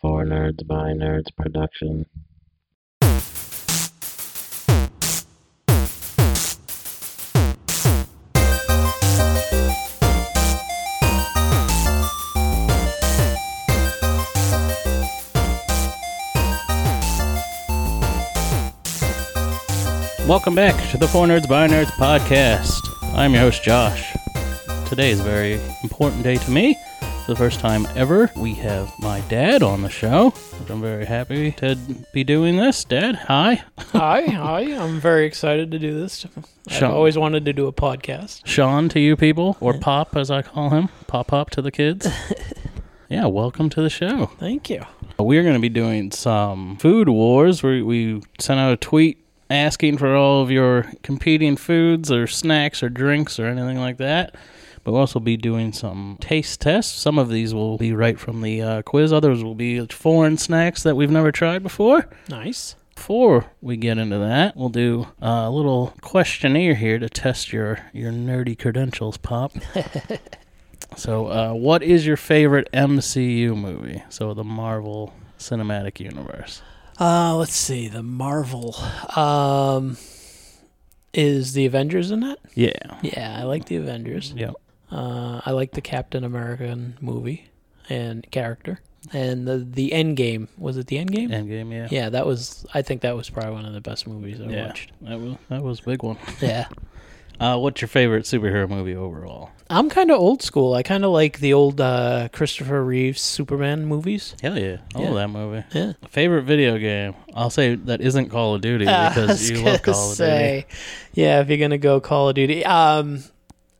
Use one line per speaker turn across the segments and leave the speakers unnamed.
for Nerds by Nerds production.
Welcome back to the Four Nerds by Nerds podcast. I'm your host, Josh. Today is a very important day to me. For the first time ever, we have my dad on the show, which I'm very happy to be doing this. Dad, hi.
hi, hi. I'm very excited to do this. I've
Sean.
always wanted to do a podcast.
Sean to you people, or Pop as I call him, Pop Pop to the kids. yeah, welcome to the show.
Thank you.
We're going to be doing some food wars. We, we sent out a tweet asking for all of your competing foods or snacks or drinks or anything like that. But we'll also be doing some taste tests. Some of these will be right from the uh, quiz, others will be foreign snacks that we've never tried before.
Nice.
Before we get into that, we'll do a little questionnaire here to test your, your nerdy credentials, Pop. so, uh, what is your favorite MCU movie? So, the Marvel Cinematic Universe.
Uh, let's see. The Marvel um, is the Avengers in that?
Yeah.
Yeah, I like the Avengers.
Yeah.
Uh, I like the Captain American movie and character. And the the End Game was it the End Game?
Endgame, yeah.
Yeah, that was. I think that was probably one of the best movies I watched.
That was, that was a big one.
Yeah.
Uh, what's your favorite superhero movie overall?
I'm kind of old school. I kind of like the old uh, Christopher Reeves Superman movies.
Hell yeah. I love
Yeah.
that movie.
Yeah.
Favorite video game? I'll say that isn't Call of Duty
Uh, I
because
was
you
gonna
love Call of Duty.
say, Yeah, if you're gonna go Call of Duty, um,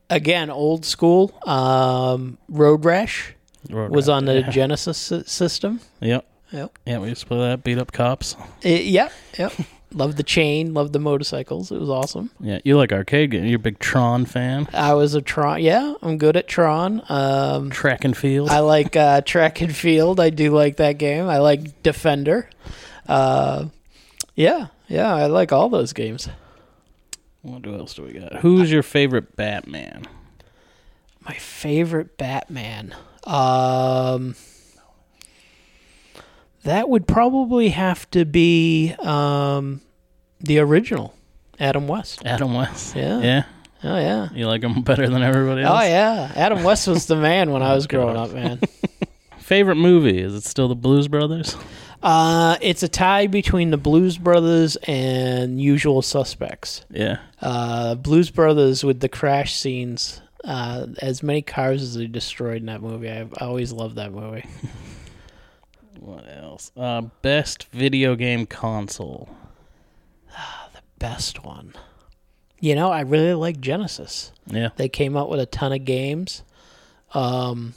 again, old school. Um, Road Rash
Road
was
Rash,
on the
yeah.
Genesis s- system.
Yep.
Yep.
Yeah, we used to play that. Beat up cops.
It, yep. Yep. loved the chain. Loved the motorcycles. It was awesome.
Yeah, you like arcade games. You're a big Tron fan.
I was a Tron. Yeah, I'm good at Tron. Um,
Track and field.
I like uh, track and field. I do like that game. I like Defender. Uh, yeah, yeah, I like all those games.
what else do we got? Who's your favorite Batman?
My favorite Batman. Um, that would probably have to be um, the original, Adam West.
Adam West.
Yeah.
Yeah.
Oh yeah.
You like him better than everybody else.
Oh yeah, Adam West was the man when I was growing up, man.
Favorite movie? Is it still the Blues Brothers?
Uh, it's a tie between the Blues Brothers and Usual Suspects.
Yeah.
uh, Blues Brothers with the crash scenes. Uh, as many cars as they destroyed in that movie. I've I always loved that movie.
What else? Uh, best video game console.
Best one. You know, I really like Genesis.
Yeah.
They came out with a ton of games. Um,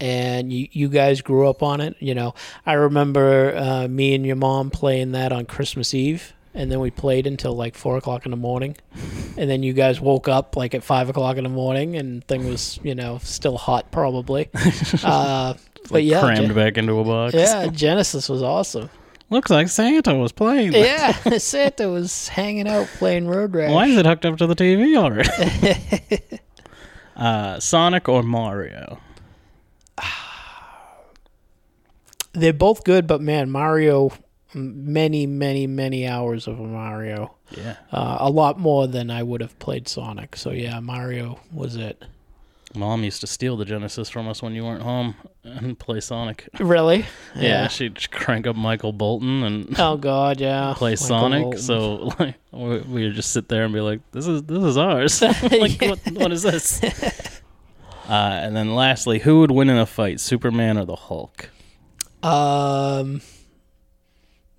and you, you guys grew up on it. You know, I remember uh, me and your mom playing that on Christmas Eve. And then we played until like four o'clock in the morning. And then you guys woke up like at five o'clock in the morning and thing was, you know, still hot probably. Uh, but
Like,
yeah,
Crammed
Gen-
back into a box.
yeah, Genesis was awesome.
Looks like Santa was playing. that.
Yeah, Santa was hanging out playing Road Rash.
Why is it hooked up to the TV already? uh, Sonic or Mario?
They're both good, but man, Mario, m- many, many, many hours of a Mario.
Yeah.
Uh, a lot more than I would have played Sonic. So yeah, Mario was it.
Mom used to steal the Genesis from us when you weren't home and play Sonic.
Really?
Yeah, she'd crank up Michael Bolton and
Oh god, yeah.
play
Michael
Sonic.
Bolton.
So like we we would just sit there and be like, "This is this is ours." like what, what is this? Uh, and then lastly, who would win in a fight, Superman or the Hulk?
um,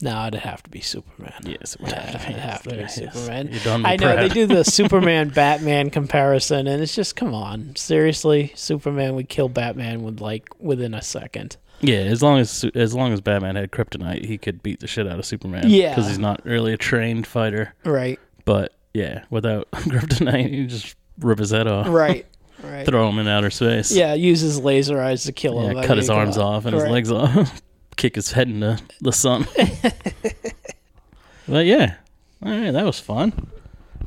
no, it'd have to be Superman.
Yes, it would have to be,
It'd have to be
Yes.
Superman.
You done me
I know
proud.
they do the Superman Batman comparison, and it's just come on, seriously, Superman would kill Batman with like within a second.
Yeah, as long as Su- as long as Batman had kryptonite, he could beat the shit out of Superman.
Yeah.
because he's not really a trained fighter.
Right,
But yeah, without kryptonite, you just rip his head off,
right, right.
throw him in outer space.
Yeah, uses laser eyes to kill
Yeah,
him. I
cut his
mean, come
arms
on.
off and his
Right.
legs off. Kick his head into the sun. but yeah, all right, that was fun.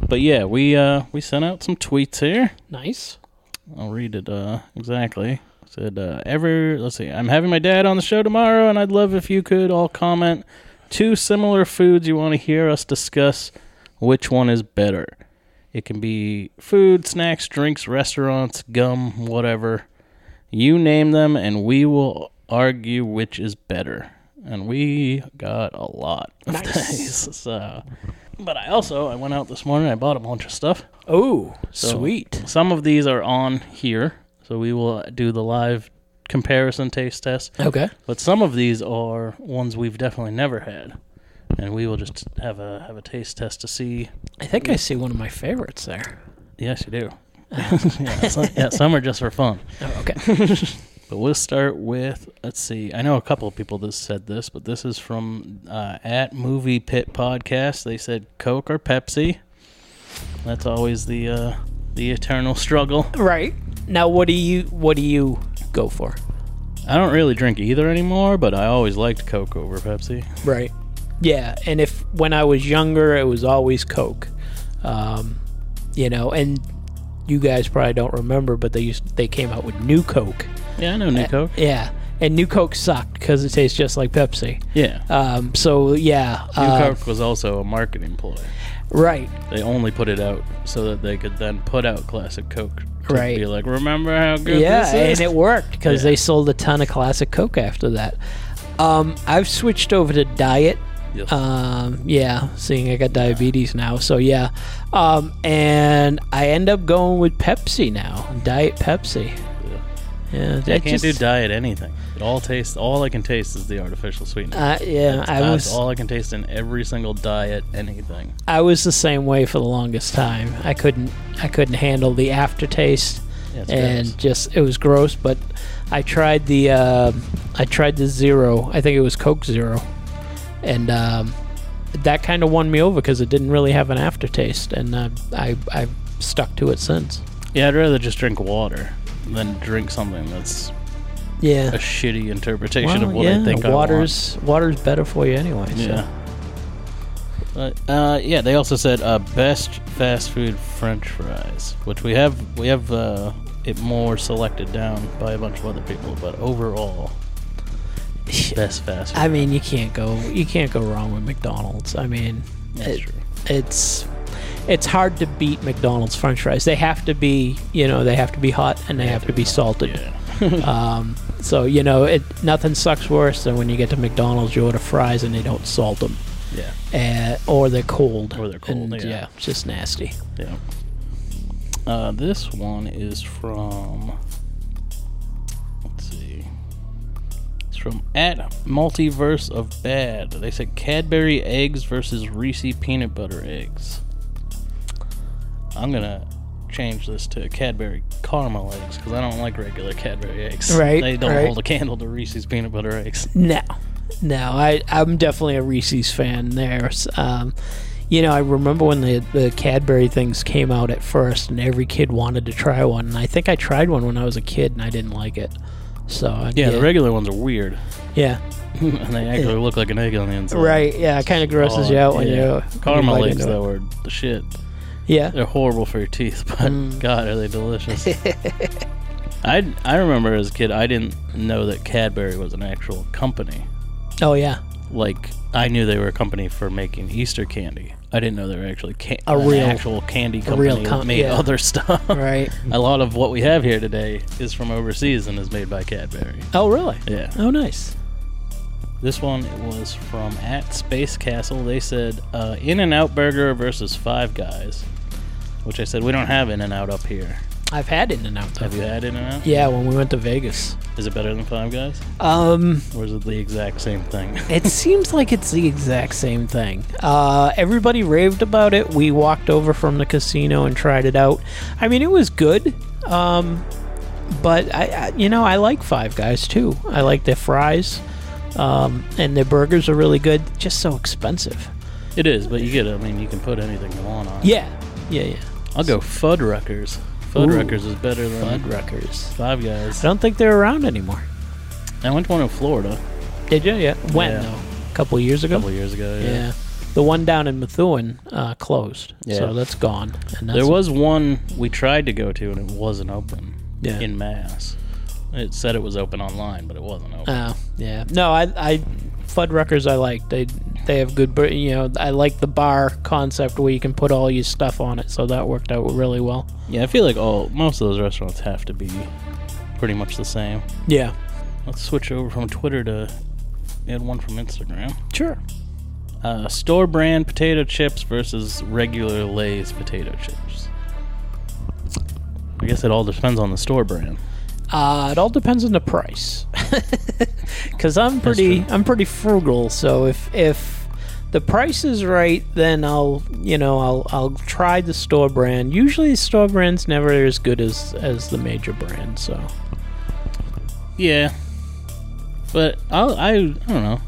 But yeah, we uh, we sent out some tweets here.
Nice.
I'll read it uh, exactly. Said uh, ever. Let's see. I'm having my dad on the show tomorrow, and I'd love if you could all comment two similar foods you want to hear us discuss. Which one is better? It can be food, snacks, drinks, restaurants, gum, whatever. You name them, and we will argue which is better. And we got a lot of
Nice.
things. So, but I also I went out this morning. I bought a bunch of stuff.
Oh,
So-
sweet.
Some of these are on here, so we will do the live comparison taste test.
Okay.
But some of these are ones we've definitely never had, and we will just have a have a taste test to see.
I think I see one of my favorites there.
Yes, you do. yeah, some, yeah, some are just for fun.
Oh, okay.
But we'll start with let's see. I know a couple of people that said this, but this is from uh, at Movie Pit Podcast. They said Coke or Pepsi. That's always the uh, the eternal struggle.
right. Now what do you what do you go for?
I don't really drink either anymore, but I always liked Coke over Pepsi.
Right. Yeah, and if when I was younger, it was always Coke, um, you know. And you guys probably don't remember, but they used they came out with New Coke.
Yeah, I know
Uh,
new Coke.
Yeah, and New Coke sucked because it tastes just like Pepsi.
Yeah.
Um, so yeah,
New
uh,
Coke was also a marketing ploy.
right.
They only put it out so that they could then put out classic Coke. To
Right.
Be like, remember how good
Yeah,
this
and
is?
it worked because
Yeah.
they sold a ton of classic Coke after that. Um, I've switched over to diet.
Yes.
Um, yeah, seeing I got diabetes now, so yeah. Um, and I end up going with Pepsi now, Diet Pepsi.
Yeah.
Yeah,
I can't do diet anything. It all tastes. All I can taste is the artificial sweetener.
Uh, yeah, I
That's
was
all I can taste in every single diet, anything.
I was the same way for the longest time. I couldn't I couldn't handle the aftertaste.
Yeah, it's
and
gross.
just it was gross. But I tried the uh, I tried the zero. I think it was Coke Zero, and um, that kind of won me over because it didn't really have an aftertaste, and uh, I I've stuck to it since.
Yeah, I'd rather just drink water than drink something that's a
Yeah.
shitty interpretation of
Well,
what I
yeah,
think I want.
water's water's better for you anyway. so.
Yeah. But, uh, yeah, they also said uh, best fast food French fries, which we have we have uh, it more selected down by a bunch of other people, but overall best fast. Food.
I mean, you can't go you can't go wrong with McDonald's. I mean,
That's
it-
true.
it's it's hard to beat McDonald's French fries. They have to be you know they have to be hot and they have to be salted.
Yeah.
Um, so you know, it nothing sucks worse than when you get to McDonald's, you order fries and they don't salt them,
Yeah.
uh, or they're cold.
Or they're cold,
And,
yeah.
it's just nasty.
Yeah. Uh, this one is from. Let's see. It's from at Multiverse of Bad. They said Cadbury eggs versus Reese peanut butter eggs. I'm gonna change this to Cadbury caramel eggs because I don't like regular Cadbury eggs.
Right,
They don't
right.
hold a candle to Reese's peanut butter eggs.
No, no, I I'm definitely a Reese's fan. There, S- um, you know, I remember when the the Cadbury things came out at first, and every kid wanted to try one. And I think I tried one when I was a kid, and I didn't like it. So I-
Yeah, the regular ones are weird,
yeah,
and they actually look like an egg on the inside. Oh,
right, yeah, it kind of grosses you out when
yeah.
you when you
caramel
bite
eggs
into it.
though are the shit.
Yeah,
They're horrible for your teeth, but
Mm.
God, are they delicious. I, I remember as a kid, I didn't know that Cadbury was an actual company.
oh yeah,
Like, I knew they were a company for making Easter candy. I didn't know they were actually ca-
A
an
real-
actual candy company
real com-
that made
yeah.
other stuff.
right.
a lot of what we have here today is from overseas and is made by Cadbury.
Oh really?
Yeah.
Oh nice.
This one was from at Space Castle. They said uh, In and Out Burger versus Five Guys, which I said we don't have In and Out up here.
I've had In and Out.
Have you had In and Out?
Yeah, when we went to Vegas.
Is it better than Five Guys,
Um,
or is it the exact same thing?
it seems like it's the exact same thing. Uh, everybody raved about it. We walked over from the casino and tried it out. I mean, it was good. Um, but I, I, you know, I like Five Guys too. I like their fries, um, and their burgers are really good. Just so expensive.
it is, but you get it. I mean, you can put anything you want on. it.
Yeah, yeah, yeah.
I'll go Fuddruckers. Fuddruckers is better than
Fuddruckers.
Five
I
Guys.
don't think they're around anymore.
I went to one in Florida
Did you? Yeah. When
Yeah.
though? A couple years
a
ago.
couple years ago. Yeah.
Yeah. The one down in Methuen uh, closed.
Yeah.
So that's gone. And that's
There was one we tried to go to and it wasn't open
Yeah.
in Mass. It said it was open online, but it wasn't open.
Oh, yeah. No, I, I Fuddruckers I like. They they have good, bur- you know, I like the bar concept where you can put all your stuff on it. So that worked out really well.
Yeah, I feel like all most of those restaurants have to be pretty much the same.
Yeah.
Let's switch over from Twitter to add one from Instagram.
Sure.
Uh, store brand potato chips versus regular Lay's potato chips. I guess it all depends on the store brand.
Uh, it all depends on the price. Cuz I'm pretty
true.
I'm pretty frugal, so if if the price is right, then I'll, you know, I'll I'll try the store brand. Usually the store brand's never as good as as the major brand, so.
Yeah, but I'll, I I don't know.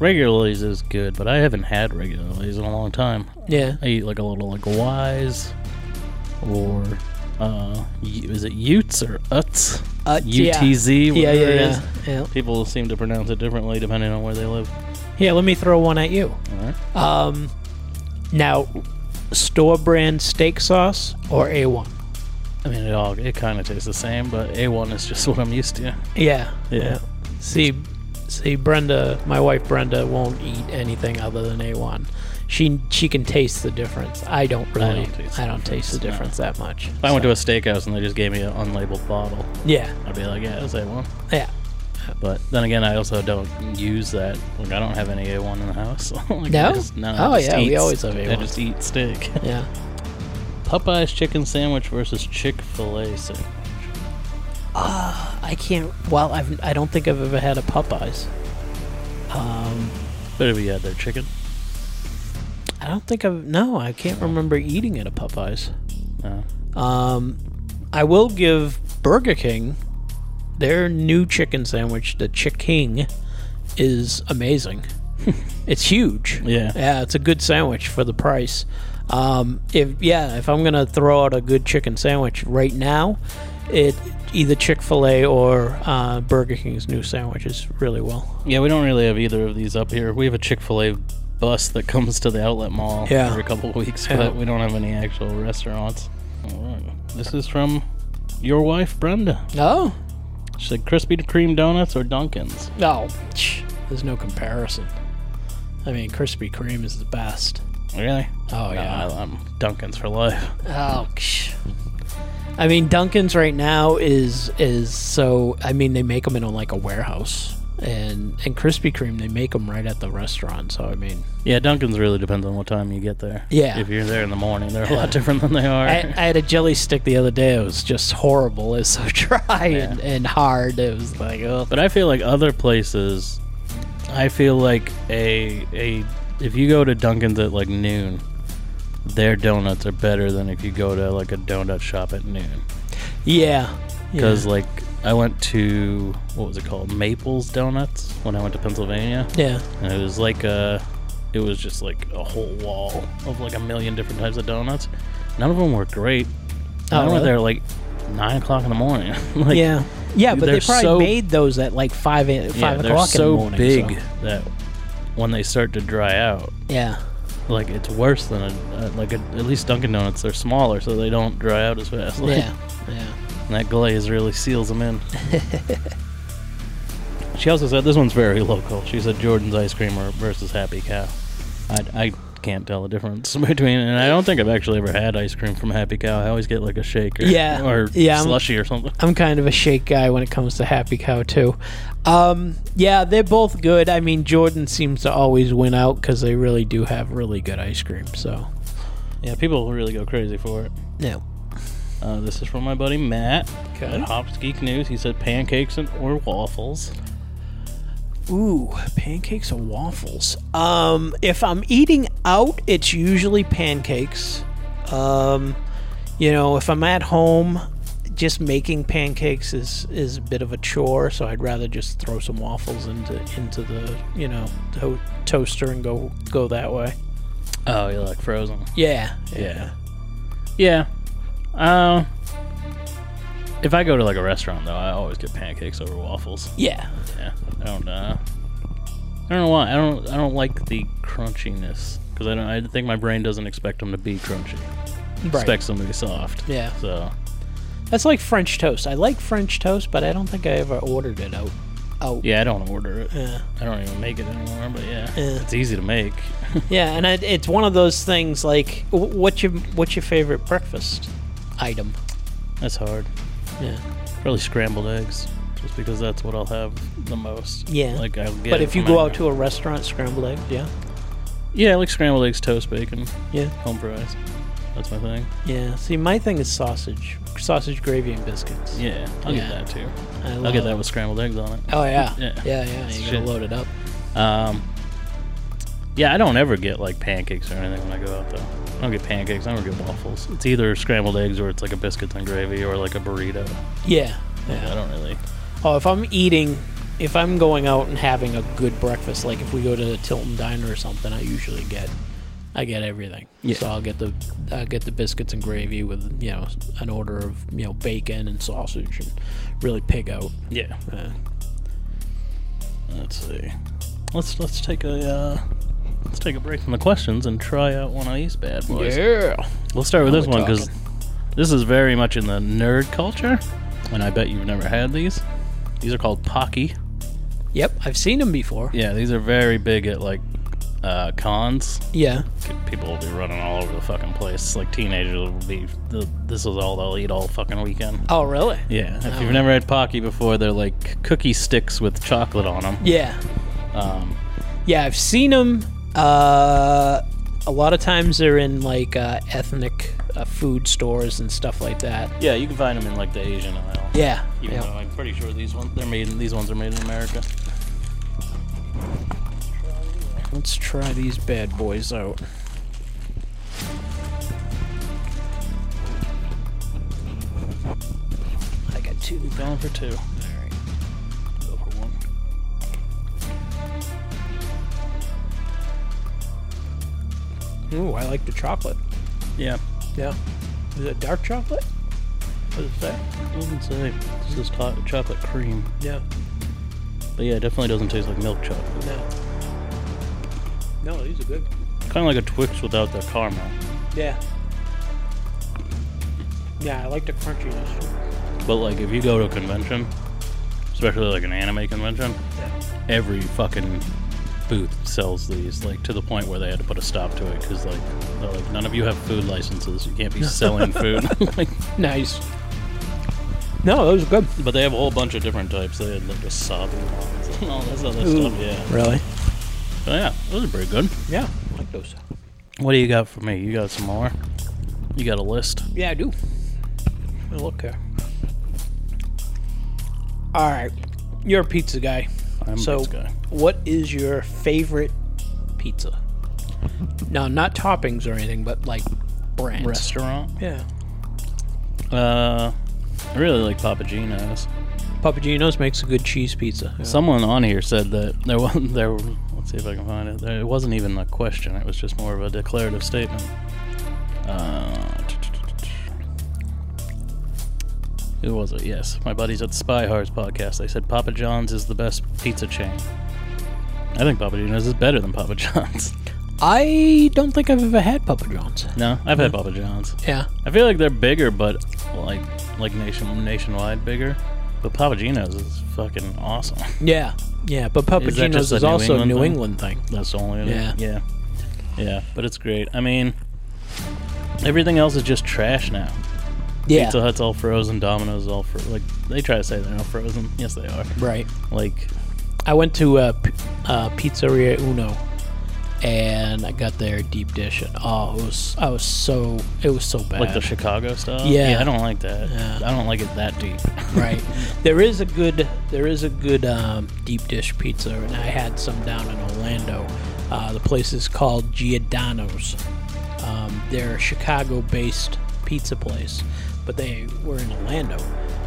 Regular Lay's is good, but I haven't had regular Lay's in a long time.
Yeah.
I eat like a little like Wise or uh, y- is it Utes or Uts?
Uh,
UTZ.
Yeah, yeah,
whatever it
yeah.
is.
yeah.
People seem to pronounce it differently depending on where they live.
Here, let me throw one at you.
All right.
Um, now, store brand steak sauce or A1?
I mean, it all it kind of tastes the same, but A1 is just what I'm used to.
Yeah.
Yeah.
See, see, Brenda, my wife Brenda won't eat anything other than A1. She she can taste the difference. I don't really. I don't taste the, difference,
no.
that much.
If I went to a steakhouse and they just gave me an unlabeled bottle,
yeah,
I'd be like, yeah, it's A1.
yeah.
But then again, I also don't use that. Like, I don't have any A1 in the house. so, like,
No?
I just- no
Oh,
I just
yeah, we
eat-
always have
I
A1s.
just eat steak.
Yeah.
Popeye's chicken sandwich versus Chick fil A sandwich.
I can't. Well, I've, I don't think I've ever had a Popeyes.
Better be had their chicken.
I don't think I've. No, I can't remember eating at a Popeyes.
No.
Um, I will give Burger King their new chicken sandwich, the Chick King, is amazing. it's huge.
Yeah.
Yeah, it's a good sandwich for the price. Um, if yeah, if I'm gonna throw out a good chicken sandwich right now, it either Chick Fil A or uh, Burger King's new sandwich is really well.
Yeah, we don't really have either of these up here. We have a Chick fil A bus that comes to the outlet mall
Yeah.
every couple of weeks,
Yeah.
but we don't have any actual restaurants. All right. This is from your wife, Brenda.
Oh
She said Krispy Kreme donuts or Dunkin's.
no, Tch, there's no comparison. I mean, Krispy Kreme is the best.
Really?
Oh
No, I, am Dunkin's for life.
Oh, ksh. I mean, Duncan's right now is is so. I mean, they make them in like a warehouse, and and Krispy Kreme they make them right at the restaurant. So I mean,
Yeah, Dunkin's really depends on what time you get there.
Yeah.
If you're there in the morning, they're a lot different than they are.
I, I had a jelly stick the other day. It was just horrible. It was so dry and, and hard. It was like, oh,
But I feel like other places, I feel like a a if you go to Dunkin's at like noon, their donuts are better than if you go to like a donut shop at noon.
yeah,
Because like I went to what was it called Maples Donuts when I went to Pennsylvania,
yeah,
and it was like a it was just like a whole wall of like a million different types of donuts. None of them were great.
Oh,
I went
really?
there like nine o'clock in the morning. like,
yeah, yeah. But they
they're
probably
so-
made those at like five a-
yeah,
five
they're
o'clock
so
in the morning.
big
so-
that when they start to dry out,
yeah,
like it's worse than a, a like a, at least Dunkin' Donuts. They're smaller, so they don't dry out as fast. Like,
yeah, yeah.
and that glaze really seals them in. she also said this one's very local. She said Jordan's ice cream or- versus Happy Cow. I, I can't tell the difference between, and I don't think I've actually ever had ice cream from Happy Cow. I always get like a shake or,
Yeah,
or
yeah, I'm-
slushy or something.
I'm kind of a shake guy when it comes to Happy Cow too. Um, yeah, they're both good. I mean, Jordan seems to always win out because they really do have really good ice cream. So,
Yeah, people really go crazy for it.
yeah,
Uh, this is from my buddy Matt
Okay.
at Hops Geek News. He said pancakes and or waffles.
Ooh, pancakes or waffles? Um, if I'm eating out, it's usually pancakes. Um, you know, if I'm at home, just making pancakes is is a bit of a chore, so I'd rather just throw some waffles into into the you know to- toaster and go go that way.
Oh, you like frozen?
Yeah,
Yeah. Yeah. Uh, if I go to like a restaurant though, I always get pancakes over waffles.
yeah.
Yeah. I don't. Uh, I don't know why. I don't. I don't like the crunchiness because I don't. I think my brain doesn't expect them to be crunchy.
Right.
Expects them to be soft.
Yeah.
So
That's like French toast. I like French toast, but I don't think I ever ordered it out. Out.
Yeah, I don't order it.
Yeah.
I don't even make it anymore, but yeah.
Yeah.
It's easy to make.
Yeah, and I, it's one of those things like wh- what's your what's your favorite breakfast item?
That's hard.
Yeah.
Probably scrambled eggs, just because that's what I'll have the most.
Yeah.
Like I'll get.
but
it
if you
from
go out
anywhere.
to a restaurant, scrambled eggs, yeah.
yeah, I like scrambled eggs, toast, bacon,
Yeah.
home fries. That's my thing.
Yeah. See, my thing is sausage, sausage gravy and biscuits.
Yeah, I'll
Yeah.
get that too.
I
I'll get
love-
that with scrambled eggs on it.
Oh yeah.
Yeah.
Yeah, yeah. yeah. You gotta
Shit.
load it up.
Um, yeah, I don't ever get like pancakes or anything when I go out though. I don't get pancakes. I don't get waffles. It's either scrambled eggs or it's like a biscuits and gravy or like a burrito.
Yeah.
Yeah, I don't really.
Oh, if I'm eating, if I'm going out and having a good breakfast, like if we go to the Tilton Diner or something, I usually get, I get everything.
Yeah.
So I'll get the, I'll get the biscuits and gravy with you know an order of you know bacon and sausage and really pig out.
Yeah.
Uh,
Let's see. Let's let's take a uh, let's take a break from the questions and try out one of these bad boys.
yeah.
We'll start with
Now
this
we're
one because this is very much in the nerd culture, and I bet you've never had these. These are called Pocky.
Yep, I've seen them before.
Yeah, these are very big at like uh, cons.
Yeah.
People will be running all over the fucking place. Like teenagers will be. th- This is all they'll eat all fucking weekend.
Oh, really?
Yeah, if you've never had Pocky before, they're like cookie sticks with chocolate on them.
Yeah.
Um,
Yeah, I've seen them. Uh, a lot of times they're in like uh, ethnic uh, food stores and stuff like that.
yeah, you can find them in like the Asian aisle.
Yeah.
Even
yeah.
though I'm pretty sure these ones they're made these ones are made in America.
Let's try these bad boys out. I got two.
Going for two.
Alright.
Go for one.
Ooh, I like the chocolate.
Yeah.
Yeah. Is it dark chocolate? What does it say?
Doesn't say. This is co- chocolate cream.
Yeah.
But yeah, it definitely doesn't taste like milk chocolate.
No. No, these are good.
Kind of like a Twix without the caramel.
Yeah. Yeah, I like the crunchiness.
But like if you go to a convention, especially like an anime convention,
Yeah.
every fucking booth sells these like to the point where they had to put a stop to it because like they're like none of you have food licenses you can't be selling food like,
Nice. No, those are good.
but they have a whole bunch of different types they had like the sub ones and all this other
Ooh.
stuff yeah
Really?
But yeah, those are pretty good.
Yeah, I like those.
What do you got for me? You got some more? You got a list?
Yeah, I do. I look here. All right, you're a pizza guy.
I'm a
so,
pizza guy.
what is your favorite pizza? No, not toppings or anything, but like brands.
Restaurant?
Yeah.
Uh, I really like Papagino's.
Papagino's makes a good cheese pizza.
Someone on here said that there wasn't there. Let's see if I can find it. There, it wasn't even a question. It was just more of a declarative statement. Uh, who was it? Yes, my buddies at Spy Hards podcast. They said Papa John's is the best pizza chain. I think Papa Gino's is better than Papa John's.
I don't think I've ever had Papa John's.
No, I've had Papa John's.
Yeah.
I feel like they're bigger, but like like nation nationwide bigger. But Papagino's is fucking awesome.
Yeah. Yeah, but Papa
Is that
Gino's
just a
is
New
also
England
New
thing?
England thing.
That's the only
Yeah.
yeah, yeah. But it's great. I mean, everything else is just trash now.
Yeah.
Pizza Hut's all frozen. Domino's is all fro- like they try to say they're not frozen. Yes, they are.
Right.
Like
I went to uh, p- uh, Pizzeria Uno, and I got their deep dish, and oh, it was I was so it was so bad.
like the Chicago style.
Yeah.
I don't like that.
Yeah.
I don't like it that deep.
right. There is a good there is a good um, deep dish pizza, and I had some down in Orlando. Uh, the place is called Giordano's. Um, they're a Chicago-based pizza place, but they were in Orlando,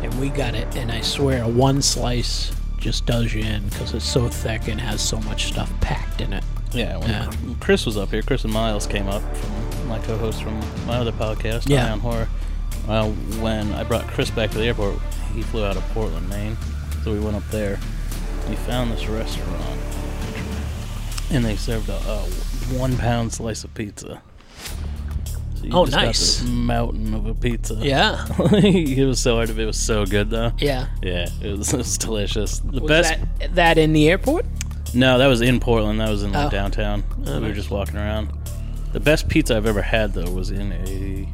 and we got it. And I swear, one slice just does you in because it's so thick and has so much stuff packed in it.
Yeah, when
Yeah.
Chris was up here, Chris and Miles came up from my co-host from my other podcast,
Yeah.
Eye on Horror. Uh, when I brought Chris back to the airport, he flew out of Portland, Maine, so we went up there. We found this restaurant, and they served a, a one-pound slice of pizza. So you
Oh,
just got
nice.
this mountain of a pizza.
Yeah.
it was so hard. It was so good though.
Yeah.
Yeah, it was, it was delicious. The
Was
best.
that, that in the airport?
No, that was in Portland. That was in like,
Oh.
downtown. we were
nice.
just walking around. The best pizza I've ever had though was in a.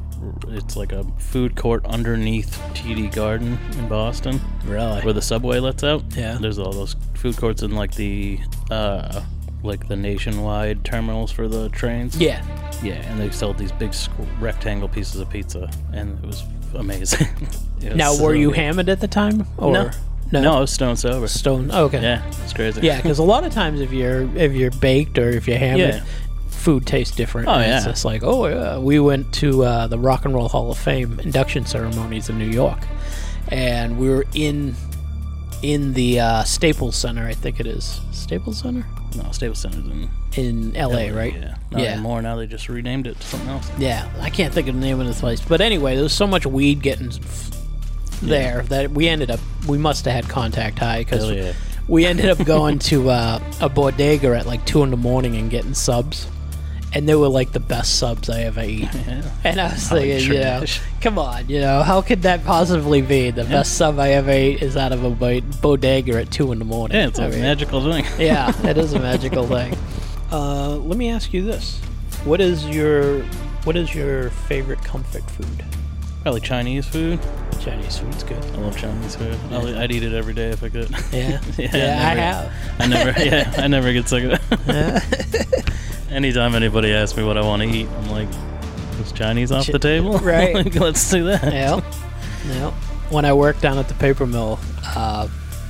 It's like a food court underneath TD Garden in Boston,
Really?
where the subway lets out.
Yeah.
there's all those food courts in like the, uh, like the nationwide terminals for the trains.
yeah.
Yeah, and they sold these big squ- rectangle pieces of pizza, and it was amazing. It was
Now,
so
were you
good.
hammered at the time? Or
No.
No.
No, I was stone sober.
Stone. Okay.
Yeah, it's crazy.
Yeah, because a lot of times if you're if you're baked or if you're hammered,
Yeah.
food tastes different.
Oh,
And It's
yeah.
just like, oh, yeah. we went to uh, the Rock and Roll Hall of Fame induction ceremonies in New York, and we were in in the uh, Staples Center, I think it is Staples Center
No, Staples Center's in
in L.A. Right?
Oh, Yeah. Not
Yeah.
anymore. Now they just renamed it to something else.
Yeah, I can't think of the name of the place. But anyway, there was so much weed getting f- there that we ended up, we must have had contact high because
Hell yeah.
we ended up going to uh, a bodega at like 2 in the morning and getting subs. And they were like the best subs I ever eat.
Yeah.
And I was
Probably
thinking, you know,
trash.
come on, you know, how could that possibly be? The best sub I ever ate is out of a bo- bodega at 2 in the morning.
Yeah, it's a
I mean,
magical thing.
Oh, yeah, it is a magical thing. Uh, let me ask you this: what is your what is your favorite comfort food?
Probably Chinese food.
Chinese food's good.
I love Chinese food. I'll, I'd eat it every day if I could.
Yeah,
Yeah,
I
never-
have.
I never, yeah, I never get sick of it. Anytime anybody asks me what I want to eat, I'm like, is Chinese off
Chi-
the table?
right.
Like, let's do that.
Yeah, yeah. When I worked down at the paper mill, uh,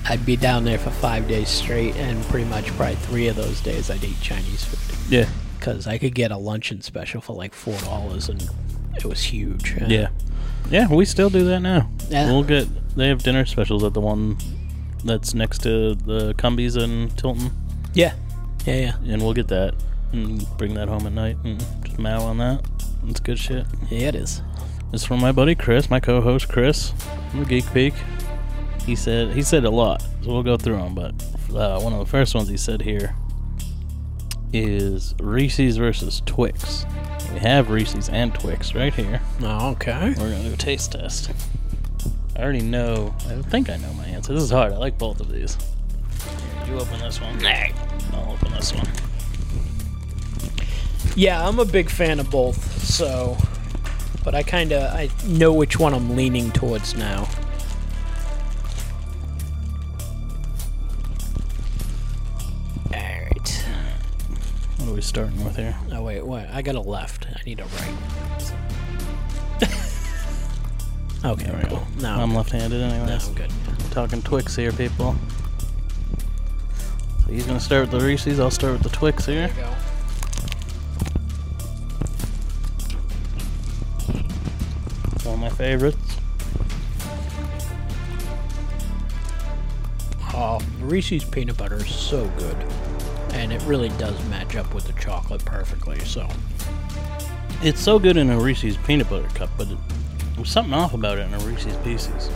I'd be down there for five days straight, and pretty much probably three of those days I'd eat Chinese food
Yeah.
because I could get a luncheon special for like four dollars, and it was huge.
Yeah. Yeah, we still do that now.
Yeah.
We'll get they have dinner specials at the one that's next to the Cumbies in Tilton,
yeah, yeah, yeah.
and we'll get that and bring that home at night and just mow on that. It's good shit.
Yeah, it is.
It's from my buddy Chris, my co-host Chris from Geek Peak. He said he said a lot, so we'll go through them. But uh, one of the first ones he said here is Reese's versus Twix. We have Reese's and Twix right here.
Oh, okay.
We're gonna do a taste test. I already know. I think I know my answer. This is hard. I like both of these. You open this one. I'll open this one.
Yeah, I'm a big fan of both. So, but I kind of I know which one I'm leaning towards now. All right.
What are we starting with here?
Oh wait, wait. I got a left. I need a right. okay.
There we go.
cool. No,
I'm left-handed
no,
anyways.
I'm good.
Talking Twix here, people. So he's gonna start with the Reese's. I'll start with the Twix here.
There you go.
It's one of my favorites.
Oh, Reese's peanut butter is so good. And it really does match up with the chocolate perfectly. So,
It's so good in a Reese's peanut butter cup, but it, there's something off about it in a Reese's Pieces.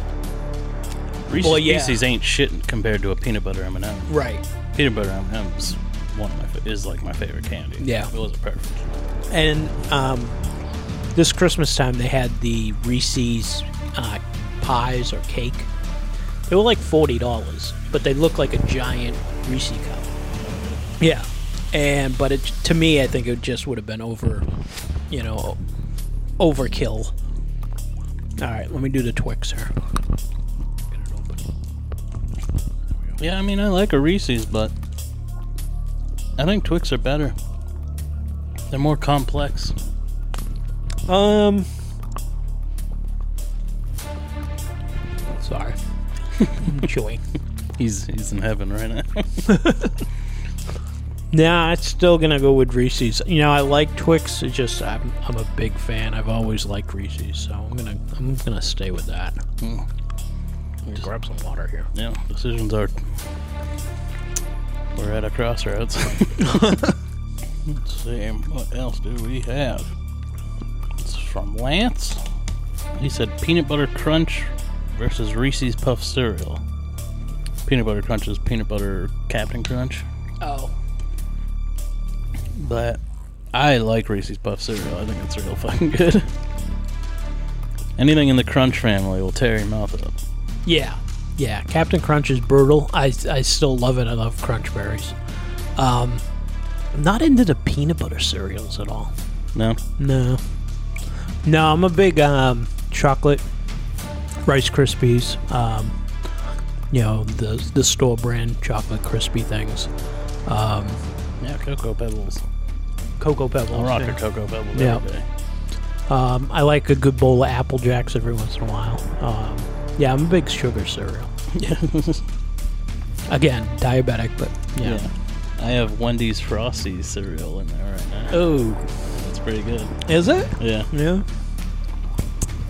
Reese's
Well, yeah.
Pieces ain't shit compared to a peanut butter M&M.
right.
peanut butter M&M's one of my fa- is like my favorite candy.
Yeah.
it wasn't perfect.
And um, this Christmas time, they had the Reese's uh, pies or cake. They were like forty dollars, but they look like a giant Reese cup. Yeah, and but it to me, I think it just would have been over, you know, overkill. All right, let me do the Twixer.
Yeah, I mean I like a Reese's, but I think Twix are better. They're more complex.
Um, sorry, chewing.
He's he's in heaven right now.
Nah, it's still gonna go with Reese's. You know, I like Twix. It's just I'm, I'm a big fan. I've always liked Reese's, so I'm gonna I'm gonna stay with that.
Mm.
Let me grab some water here.
yeah, decisions are we're at a crossroads. Let's see what else do we have. It's from Lance. He said peanut butter crunch versus Reese's puff cereal. Peanut butter crunch is peanut butter Captain Crunch.
Oh,
But I like Reese's Puff cereal. I think it's real fucking good. Anything in the Crunch family will tear your mouth up.
Yeah, yeah. Captain Crunch is brutal. I, I still love it. I love Crunch Berries. Um, I'm not into the peanut butter cereals at all.
No,
No, no. I'm a big um, chocolate Rice Krispies. Um, you know the the store brand chocolate crispy things. Um,
yeah, Cocoa Pebbles.
Cocoa Pebbles.
I'll rock
yeah.
a Cocoa Pebble
Yeah.
every day.
Um, I like a good bowl of Apple Jacks every once in a while. Um, yeah, I'm a big sugar cereal. Again, diabetic, but yeah.
Yeah. I have Wendy's Frosty cereal in there right now.
Oh,
It's pretty good.
is it?
Yeah.
Yeah.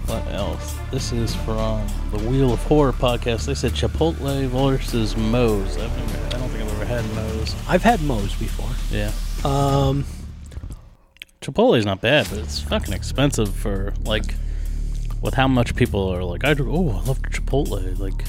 What else? This is from the Wheel of Horror podcast. They said Chipotle versus Moe's. I've never, I don't think I've ever had Moe's.
I've had Moe's before.
Yeah.
Um,
Chipotle's not bad, but it's fucking expensive for like with how much people are like, I oh, I love Chipotle. Like,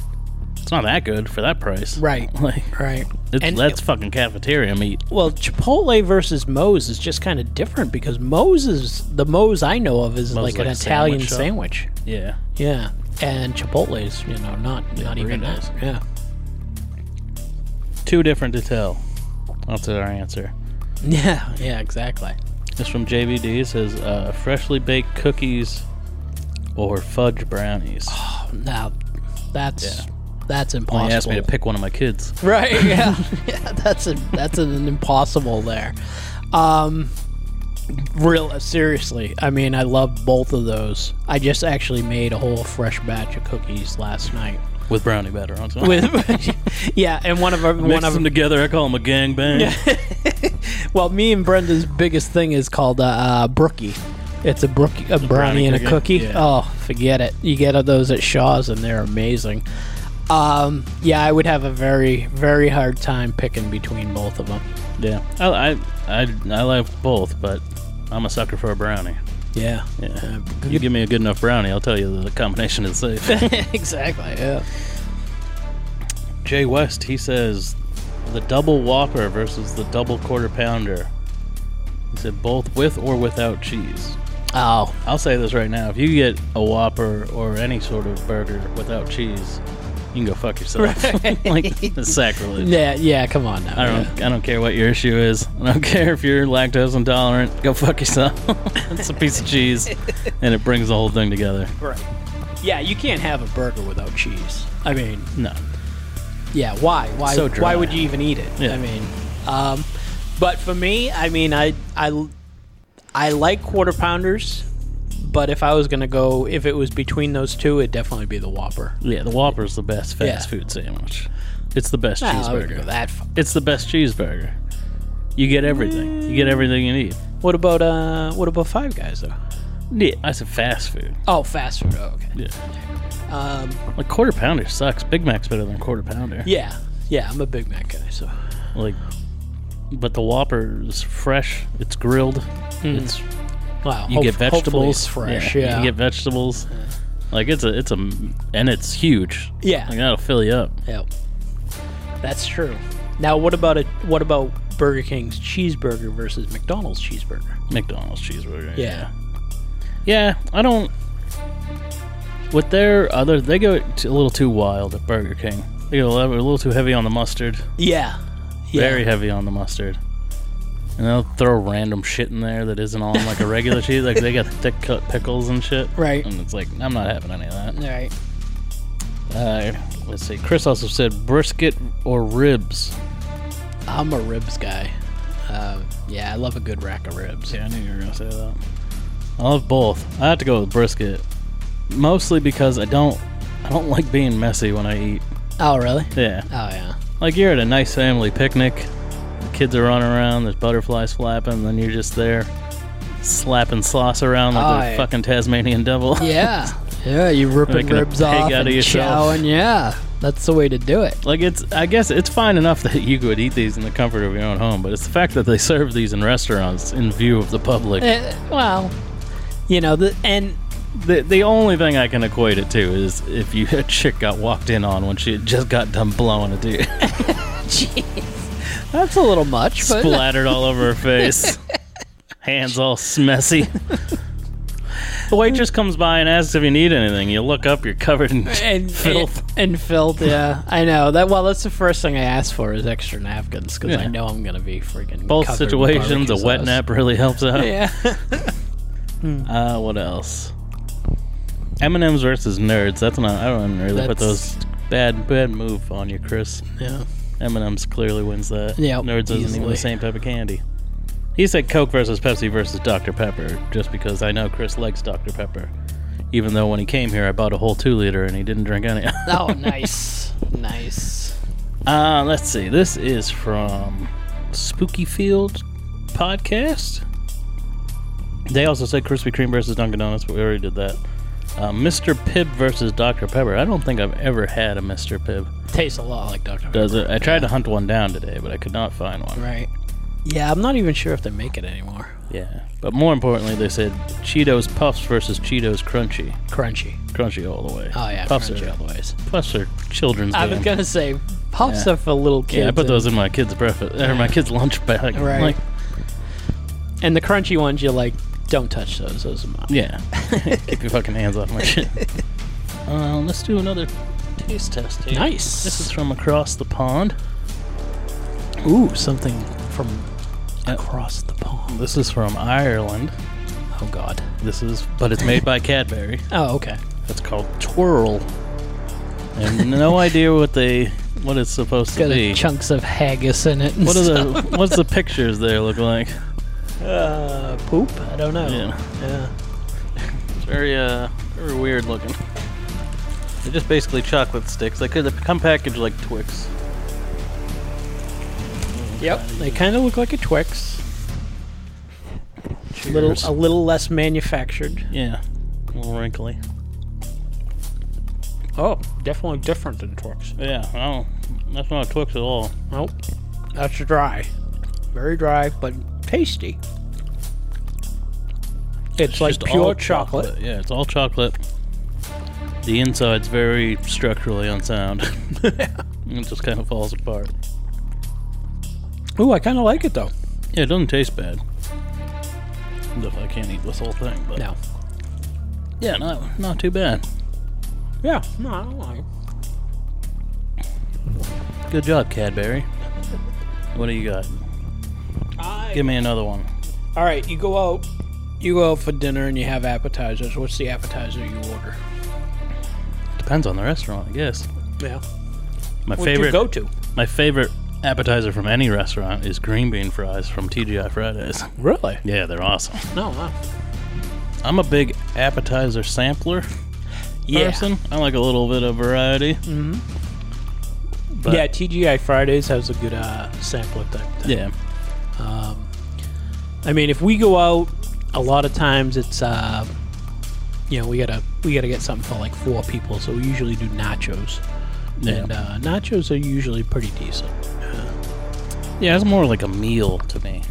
it's not that good for that price,
Right.
Like,
right.
it's,
And-
that's fucking cafeteria meat.
Well, Chipotle versus Moe's is just kind of different because Moe's is the Moe's I know of is
Moe's
like
is
an
like a
Italian
sandwich
sandwich.
Yeah,
Yeah, and Chipotle's you know not not even
burritos.
that. Yeah.
too different to tell. That's our answer.
Yeah. Yeah. Exactly.
This from JVD It says uh, freshly baked cookies or fudge brownies.
Oh, Now, that's
Yeah.
that's impossible.
Well, he asked me to pick one of my kids.
Right. Yeah. yeah. That's a that's an impossible there. Um real seriously. I mean, I love both of those. I just actually made a whole fresh batch of cookies last night.
with brownie batter on top.
With Yeah, and one of our
Mix
one of
them together. I call them a gangbang. Yeah.
well, me and Brenda's biggest thing is called a uh, brookie. It's a brookie, a brownie,
brownie
and a cookie.
cookie? Yeah.
Oh, forget it. You get those at Shaw's and they're amazing. Um, yeah, I would have a very, very hard time picking between both of them.
yeah. I, I I I like both, but I'm a sucker for a brownie.
Yeah.
Yeah. You give me a good enough brownie, I'll tell you the combination is safe.
exactly. Yeah.
Jay West, he says the double whopper versus the double quarter pounder. He said both with or without cheese.
Oh,
I'll say this right now: if you get a Whopper or any sort of burger without cheese, you can go fuck yourself. like it's sacrilege.
yeah, yeah. Come on now.
I don't. I don't care what your issue is. I don't care if you're lactose intolerant. Go fuck yourself. it's a piece of cheese, and it brings the whole thing together.
Yeah. Right. Yeah, you can't have a burger without cheese. I mean,
No,
yeah. Why? Why?
So
why
dry.
would you even eat it?
Yeah.
I mean, um, but for me, I mean, I, I, I like quarter pounders, but if I was gonna go, if it was between those two, it'd definitely be the Whopper.
yeah, the Whopper's the best fast
Yeah.
food sandwich. It's the best
Nah, I wouldn't go
cheeseburger.
that. Far.
It's the best cheeseburger. You get everything. You get everything you need.
What about uh? What about Five Guys though?
Yeah, I said fast food.
Oh, fast food. Oh, okay.
Yeah,
Um,
like quarter pounder sucks. Big Mac's better than quarter pounder.
yeah, yeah. I'm a Big Mac guy, so
Like, but the Whopper is fresh. It's grilled. It's
wow.
Hmm. you get
hope- hopefully
vegetables
it's fresh. Yeah,
you get vegetables. Like it's a it's a and it's huge.
Yeah.
like that'll fill you up.
Yep. That's true. Now, what about a what about Burger King's cheeseburger versus McDonald's cheeseburger?
McDonald's cheeseburger.
Yeah.
yeah. I don't. With their other, they go t- a little too wild at Burger King. They go a little, a little too heavy on the mustard.
Yeah. Yeah.
Very heavy on the mustard. And they'll throw random shit in there that isn't on like a regular cheese. Like they got thick cut pickles and shit.
Right.
And it's like I'm not having any of that.
All right.
Uh, let's see. Chris also said brisket or ribs.
I'm a ribs guy. Uh, yeah, I love a good rack of ribs.
Yeah, I knew you were gonna say that. I love both. I have to go with brisket, mostly because I don't, I don't like being messy when I eat.
Oh, really?
Yeah,
Oh, yeah.
like you're at a nice family picnic, the kids are running around, there's butterflies flapping, and then you're just there slapping sauce around like
Oh,
the
yeah.
fucking Tasmanian devil.
Yeah. Yeah, you ripping
Making a
ribs
pig out
off
of
and
yourself.
chowing. Yeah, that's the way to do it.
Like it's, I guess it's fine enough that you could eat these in the comfort of your own home, but it's the fact that they serve these in restaurants in view of the public.
Eh, well, you know, the, and
The, the only thing I can equate it to is if you a chick got walked in on when she had just got done blowing a dude,
that's a little much, but
splattered all over her face. Hands all messy. the waitress comes by and asks if you need anything. You look up, you're covered in
and
filth.
And, filth, yeah. I know that. Well, that's the first thing I asked for is extra napkins because I
Yeah.
know I'm gonna be freaking.
both
covered in
situations. A
barbecue
wet
sauce.
nap really helps out.
Yeah.
Uh, what else? M and M's versus nerds. That's not. I don't even really put
That's-
those bad bad move on you, Chris.
yeah.
M and M's clearly wins that.
Yep,
nerds isn't even
easily.
the same type of candy. He said Coke versus Pepsi versus Dr Pepper, just because I know Chris likes Dr Pepper. Even though when he came here, I bought a whole two liter and he didn't drink any.
Oh, nice, nice.
Uh, let's see. This is from Spooky Field Podcast. They also said Krispy Kreme versus Dunkin' Donuts, but we already did that. Uh, Mr. Pibb versus Dr. Pepper. I don't think I've ever had a Mr. Pibb.
Tastes a lot like Dr.
Does it? I tried to hunt one down today, but I could not find one.
Right. Yeah, I'm not even sure if they make it anymore.
Yeah. But more importantly, they said Cheetos Puffs versus Cheetos Crunchy.
Crunchy.
Crunchy all the way.
Oh yeah,
Puffs
crunchy
are
otherwise.
Puffs are children's.
I was
game.
gonna say puffs
Yeah.
are for little kids.
yeah, I put those
and-
in my kids' breakfast or my kids' lunch bag.
Right.
Like,
And the crunchy ones, you're like, don't touch those. Those are mine.
Yeah. Keep your fucking hands off my shit. Uh, let's do another taste test here.
Nice.
This is from across the pond.
ooh something from
Uh,
across the pond.
This is from Ireland.
Oh God.
This is, but it's made by Cadbury.
Oh okay.
It's called Twirl. I have no idea what they, what it's supposed to
Got
be.
chunks of haggis in it. And
what are the, what's the pictures there look like?
the uh, poop? I don't know.
Yeah.
Yeah.
It's very, uh, very weird looking. They're just basically chocolate sticks. They could they come packaged like Twix.
Yep. They kind of look like a Twix. A little,
Cheers.
a little less manufactured.
Yeah, a little wrinkly.
Oh, definitely different than Twix.
Yeah, oh, that's not a Twix at all.
Nope. That's dry. Very dry, but tasty. It's, like
just
pure
all
chocolate.
Yeah, it's all chocolate. The inside's very structurally unsound. it just kind of falls apart.
Ooh, I kind of like it though.
Yeah, it doesn't taste bad. If I can't eat this whole thing, but
No.
yeah, not not too bad.
Yeah. No, I don't like it.
Good job, Cadbury. What do you got?
I-
Give me another one.
All right, you go out. You go out for dinner and you have appetizers. What's the appetizer you order?
Depends on the restaurant, I guess.
Yeah.
My
What
favorite
you go to?
my favorite appetizer from any restaurant is green bean fries from TGI Fridays.
Really?
Yeah, they're awesome.
No. Wow.
I'm a big appetizer sampler
Yeah. Mm.
person. I like a little bit of variety. Mm-hmm. But,
yeah. TGI Fridays has a good uh, sampler type thing.
yeah,
I mean, if we go out, a lot of times it's uh, you know we gotta we gotta get something for like four people, so we usually do nachos,
yeah.
and uh, nachos are usually pretty decent.
yeah, it's more like a meal to me.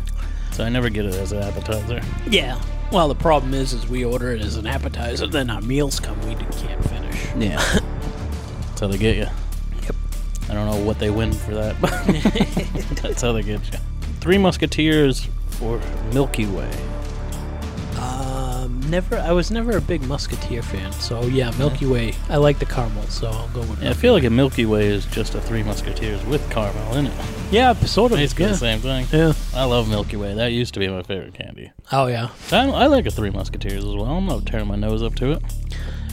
So I never get it as an appetizer.
Yeah. Well, the problem is, is we order it as an appetizer, then our meals come, we can't finish.
Yeah. That's how they get you.
Yep.
I don't know what they win for that, but that's how they get you. Three Musketeers or Milky Way.
Um, never. I was never a big Musketeer fan, so yeah, Milky Way. I like the caramel, so I'll go with
Yeah, I
it.
feel like a Milky Way is just a Three Musketeers with caramel in it.
Yeah, sort of.
Basically
yeah.
the same thing.
Yeah.
I love Milky Way. That used to be my favorite candy.
Oh yeah.
I, I like a Three Musketeers as well. I'm not tearing my nose up to it.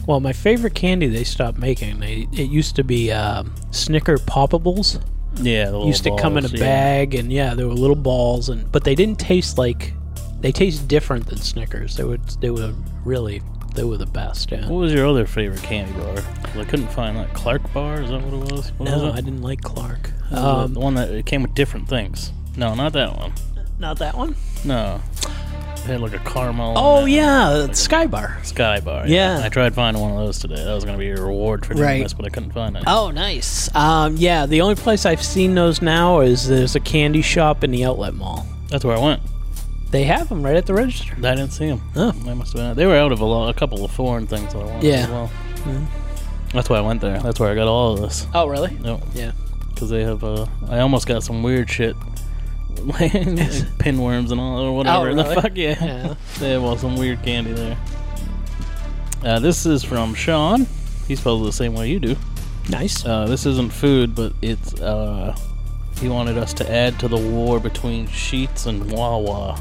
Well, my favorite candy they stopped making. They it used to be um, Snicker poppables.
Yeah, the little
used to come in a
balls, yeah.
bag, and yeah, there were little balls, and but they didn't taste like. They taste different than Snickers. They were they were really they were the best. Yeah.
What was your other favorite candy bar? 'Cause I couldn't find that Clark bar. Is that what it was? What was
No,
it?
I didn't like Clark.
What was it?
Um,
the one that it came with different things. No, not that one.
not that one.
No, it had like a caramel.
Oh
and a
yeah, Skybar.
Sky bar.
Yeah.
I tried finding one of those today. That was gonna be a reward for doing
Right.
this, but I couldn't find it.
Oh, nice. Um, yeah, the only place I've seen those now is there's a candy shop in the outlet mall.
That's where I went.
They have them right at the register.
I didn't see them.
Oh.
They must have been. They were out of a, lot, a couple of foreign things that I wanted
Yeah.
as
Mm-hmm.
well. That's why I went there. That's where I got all of this.
Oh, really?
Yep.
Yeah.
because they have. Uh, I almost got some weird shit like pinworms and all or whatever
Oh, really?
the fuck. Yeah,
Yeah.
there was some weird candy there. Uh, this is from Sean. He spells it the same way you do.
Nice.
Uh, this isn't food, but it's. Uh, he wanted us to add to the war between Sheets and Wawa.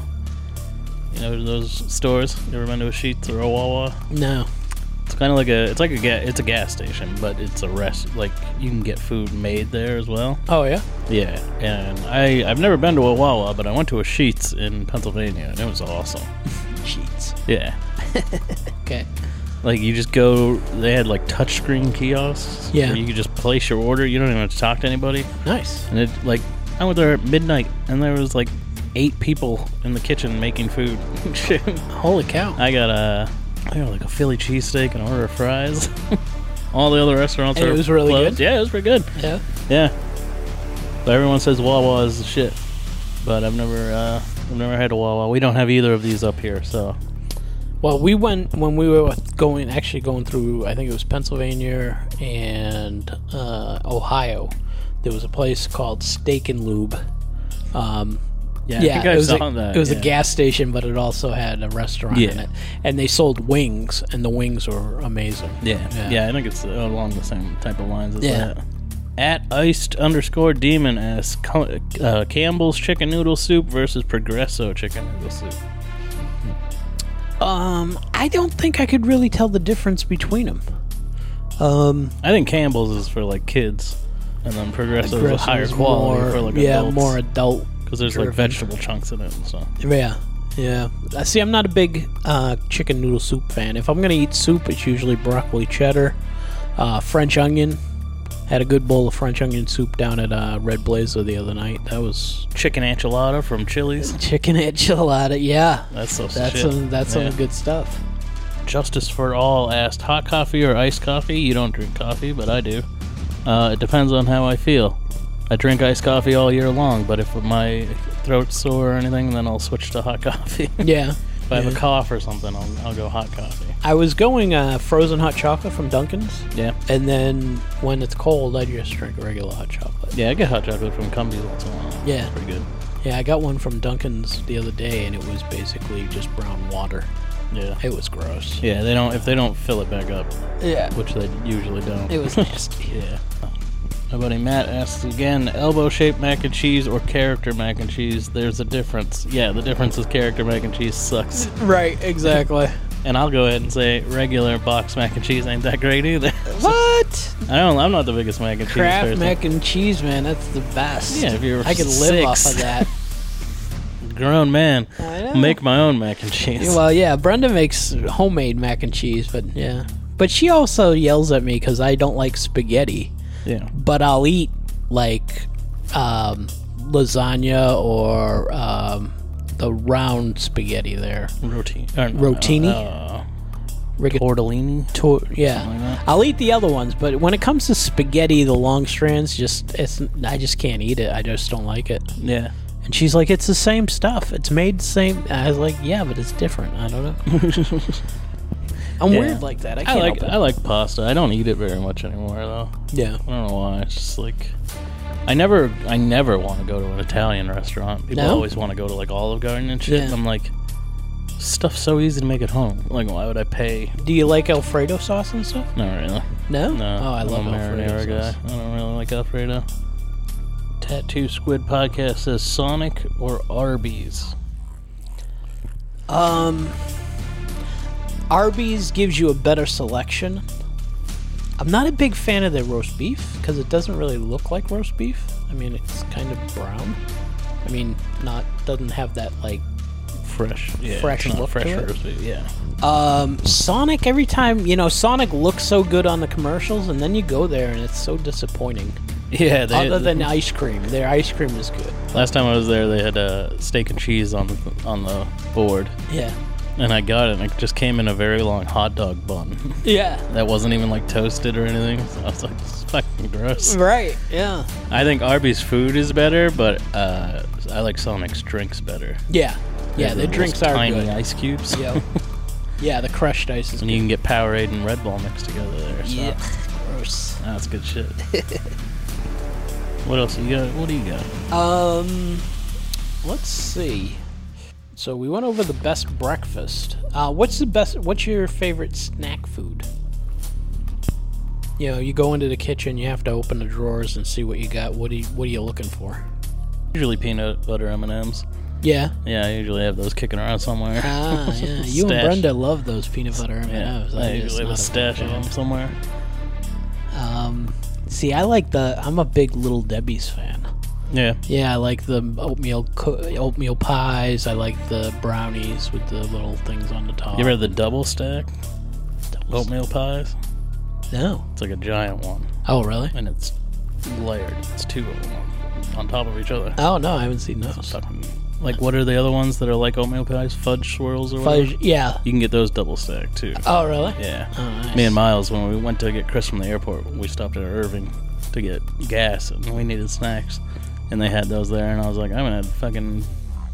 You know those stores? You ever been to a Sheets or a Wawa?
no.
It's kind of like a. It's like a. Ga- it's a gas station, but it's a rest. Like you can get food made there as well.
Oh yeah.
Yeah, and I I've never been to a Wawa, but I went to a Sheets in Pennsylvania, and it was awesome.
Sheets.
Yeah,
Okay.
like you just go. They had like touchscreen kiosks.
Yeah.
where you could just place your order. You don't even have to talk to anybody.
Nice.
And it like I went there at midnight, and there was like eight people in the kitchen making food. Shit.
Holy cow.
I got a I got like a Philly cheesesteak and an order of fries. All the other restaurants
And
are
it was really
closed.
good?
Yeah, it was pretty good.
yeah.
Yeah. But everyone says Wawa is the shit. But I've never uh, I've never had a Wawa. We don't have either of these up here, so
Well, we went when we were going actually going through. I think it was Pennsylvania and uh, Ohio. There was a place called Steak and Lube. Um,
yeah,
yeah,
I think I
it was,
saw
a,
that.
it was
yeah.
a gas station, but it also had a restaurant in
Yeah.
it, and they sold wings, and the wings were amazing.
Yeah. yeah,
Yeah.
I think it's uh, along the same type of lines as
Yeah.
that. At iced underscore demon asks "Co- uh, Campbell's chicken noodle soup versus Progresso chicken noodle soup.
Um, I don't think I could really tell the difference between them. Um,
I think Campbell's is for like kids, and then Progresso is a higher
Progresso's
quality
more-
for like
yeah,
adults.
more adult.
because there's like
driven.
vegetable chunks in it. and So
Yeah, yeah. Uh, See, I'm not a big uh, chicken noodle soup fan. If I'm gonna eat soup, it's usually broccoli cheddar, uh, French onion. Had a good bowl of French onion soup down at uh, Red Blazer the other night. That was
chicken enchilada from Chili's.
chicken enchilada. Yeah,
That's so
that's
shit.
some that's
Yeah.
some good stuff.
Justice for All asked, hot coffee or iced coffee? You don't drink coffee, but I do. Uh, it depends on how I feel. I drink iced coffee all year long, but if my throat's sore or anything, then I'll switch to hot coffee. if
Yeah.
I have a
yeah.
cough or something, I'll, I'll go hot coffee.
I was going uh, frozen hot chocolate from Dunkin's,
Yeah.
and then when it's cold, I just drink regular hot chocolate.
Yeah, I get hot chocolate from Cumbies once in a while.
Yeah.
It's pretty good.
Yeah, I got one from Dunkin's the other day, and it was basically just brown water.
Yeah.
It was gross.
Yeah, they don't if they don't fill it back up,
Yeah.
which they usually don't.
It was nasty.
Yeah. My buddy Matt asks again elbow shaped mac and cheese or character mac and cheese? There's a difference. Yeah, the difference is character mac and cheese sucks.
right, exactly.
And I'll go ahead and say regular box mac and cheese ain't that great either.
what?
I don't, I'm not the biggest mac and cheese
Kraft
person.
mac and cheese, man, that's the best.
Yeah, if you were
I could live off
six.
of that.
Grown man.
I know.
Make my own mac and cheese.
Yeah, well, yeah, Brenda makes homemade mac and cheese, but yeah. But she also yells at me because I don't like spaghetti,
yeah.
but I'll eat like um, lasagna or um, the round spaghetti there.
Roti. Or,
Rotini?
Uh,
Rigat-
tortellini.
Tor- yeah,
Something like that.
I'll eat the other ones, but when it comes to spaghetti, the long strands, just it's I just can't eat it. I just don't like it.
Yeah.
And she's like, "It's the same stuff. It's made the same." I was like, "Yeah, but it's different. I don't know." I'm
Yeah.
weird like that. I,
I
can't
like
help
I like pasta. I don't eat it very much anymore though.
it. Yeah,
I don't know why. It's just like I never I never want to go to an Italian restaurant. People
No?
always want to go to like Olive Garden and shit.
Yeah.
I'm like stuff's so easy to make at home. Like why would I pay?
Do you like Alfredo sauce and stuff?
Not really.
No.
No.
Oh, I
I'm
love
a
Alfredo
marinara guy.
sauce.
I don't really like Alfredo. Tattoo Squid Podcast says Sonic or Arby's.
Um, Arby's gives you a better selection. I'm not a big fan of their roast beef because it doesn't really look like roast beef. I mean, it's kind of brown. I mean, not doesn't have that like.
Fresh, yeah,
Fresh
it's not
look
fresh
to it?
roast beef, yeah.
Um, Sonic every time you know Sonic looks so good on the commercials, and then you go there and it's so disappointing.
Yeah, they,
Other than ice cream, their ice cream is good.
last time I was there, they had uh, steak and cheese on the on the board,
Yeah.
and I got it, and it just came in a very long hot dog bun
Yeah.
that wasn't even like toasted or anything. So I was like, this is fucking gross.
Right. Yeah.
I think Arby's food is better, but uh, I like Sonic's drinks better.
Yeah. Yeah.
They're
The
those
drinks are
tiny
good.
ice cubes.
Yep. yeah. The crushed ice is
and you can get Powerade and Red Bull mixed together there. So
Yeah. Gross.
that's good shit. what else you got? What do you got?
Um, let's see. So we went over the best breakfast. Uh, what's the best? What's your favorite snack food? You know, you go into the kitchen, you have to open the drawers and see what you got. What do you, What are you looking for?
Usually peanut butter M and M's.
Yeah.
Yeah, I usually have those kicking around somewhere.
Ah, yeah. You
Stash.
and Brenda love those peanut butter M&Ms.
Yeah,
That
I
is
usually have
not
a stash of
bad-
them somewhere.
Um, see, I like the. I'm a big Little Debbie's fan.
Yeah,
Yeah, I like the oatmeal co- oatmeal pies. I like the brownies with the little things on the top.
you ever had the double stack oatmeal pies?
No.
It's like a giant one,
Oh, really?
and it's layered. It's two of them on- on top of each other.
Oh no, I haven't seen those.
Fucking- Like, what are the other ones that are like oatmeal pies? Fudge swirls or whatever?
Fudge. Yeah.
You can get those double stack too.
Oh, really?
Yeah.
Oh, nice.
Me and Miles, when we went to get Chris from the airport, we stopped at Irving to get gas and we needed snacks. And they had those there, and I was like, I'm gonna have fucking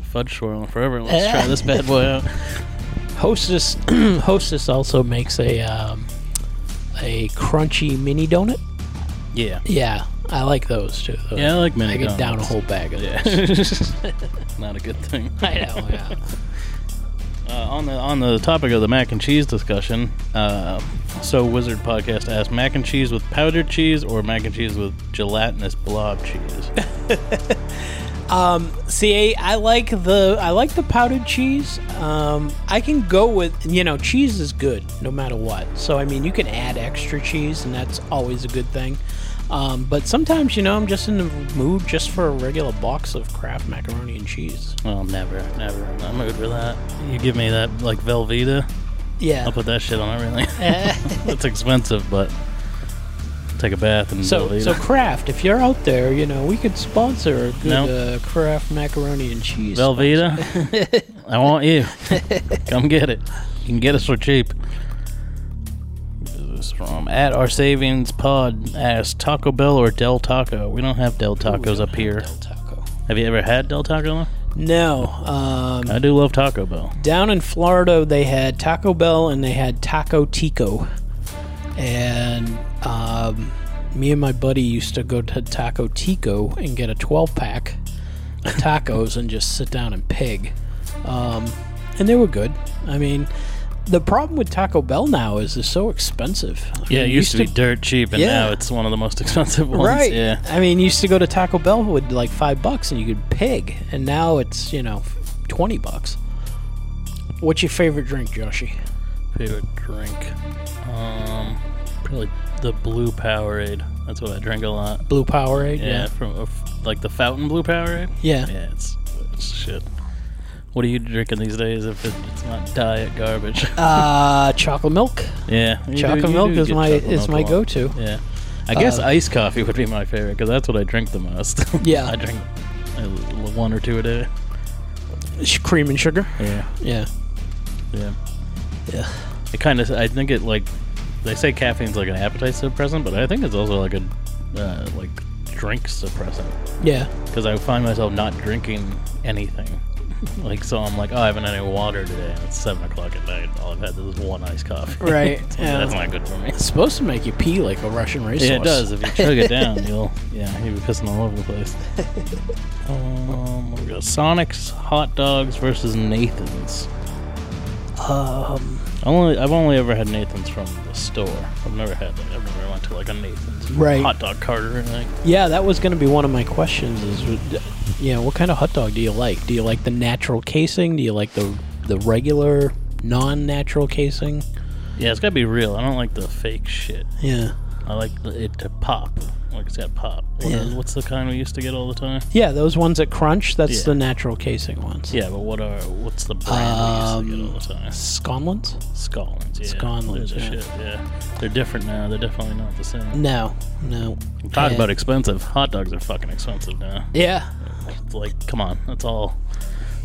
fudge swirl forever. Let's try this bad boy out.
Hostess Hostess also makes a um, a crunchy mini donut.
Yeah.
Yeah, I like those too. Those-
Yeah, I like mini
I get down a
donuts.
whole bag of
Yeah.
those.
Not a good thing.
I know. Yeah.
Uh, on the on the topic of the mac and cheese discussion, uh, so Wizard Podcast asked mac and cheese with powdered cheese or mac and cheese with gelatinous blob cheese.
See, I like the I like the powdered cheese. Um, I can go with you know cheese is good no matter what. So I mean you can add extra cheese and that's always a good thing. Um, but sometimes you know I'm just in the mood just for a regular box of Kraft macaroni and cheese.
well, never, never in the mood for that. You give me that like Velveeta,
Yeah.
I'll put that shit on everything. it's expensive, but take a bath and
so
Velveeta.
so Kraft, if you're out there, you know we could sponsor a good
No.
uh, Kraft macaroni and cheese.
Velveeta, I want you. Come get it. You can get us for cheap. This is from at our savings pod asked Taco Bell or Del Taco. We don't have Del
We don't
Tacos up
have
here.
Del Taco.
Have you ever had Del Taco?
No. Um,
I do love Taco Bell.
down in Florida, they had Taco Bell and they had Taco Tico. And um, me and my buddy used to go to Taco Tico and get a 12 pack of tacos and just sit down and pig. Um, and they were good. I mean, the problem with Taco Bell now is they're so expensive. I
Yeah,
mean,
it
you
used to be dirt cheap, and
Yeah.
now it's one of the most expensive ones.
Right.
Yeah.
I mean, you used to go to Taco Bell with like five bucks and you could pig, and now it's you know twenty bucks. What's your favorite drink, Joshy?
Favorite drink? Um, probably the blue Powerade. That's what I drink a lot.
Blue Powerade.
Yeah, from uh, like the fountain blue Powerade.
Yeah.
Yeah, it's, it's shit. What are you drinking these days if it, it's not diet garbage?
Uh, chocolate milk.
yeah, you do-
chocolate
you
milk
do
is
get
my
chocolate
is
milk
my
a lot.
go-to. Uh,
Yeah, I guess iced coffee would be my favorite because that's what I drink the most.
Yeah.
I drink a l- one or two a day.
Sh- Cream and sugar.
Yeah,
Yeah.
yeah.
Yeah.
It kind of I think it like they say caffeine's like an appetite suppressant, but I think it's also like a uh, like drink suppressant.
Yeah.
because I find myself not drinking anything. Like so, I'm like, oh, I haven't had any water today, and it's seven o'clock at night. All I've had is one iced coffee.
Right,
So
yeah.
That's not good for me.
It's supposed to make you pee like a Russian racehorse.
Yeah, it does. If you chug it down, you'll yeah, you'll be pissing all over the place. Um, we got Sonic's hot dogs versus Nathan's.
Um,
Only I've only ever had Nathan's from the store. I've never had like I've never went to like a Nathan's
Right.
hot dog cart or anything.
yeah, that was going to be one of my questions. Is uh, you know what kind of hot dog do you like? Do you like the natural casing? Do you like the the regular non-natural casing?
Yeah, it's gotta be real. I don't like the fake shit.
Yeah.
I like the- it to pop. Like it's got pop. What
Yeah.
are- what's the kind we used to get all the time?
Yeah, those ones that crunch, that's
Yeah.
the natural casing ones.
Yeah, but what are what's the brand we used to get all
Um,
the time?
Sconlins?
Scollins. Yeah.
Scollins,
They're the
yeah.
Shit, yeah. They're different now. They're definitely not the same.
No, no.
Talk
Yeah.
about expensive. Hot dogs are fucking expensive now.
Yeah.
It's like, come on, that's all.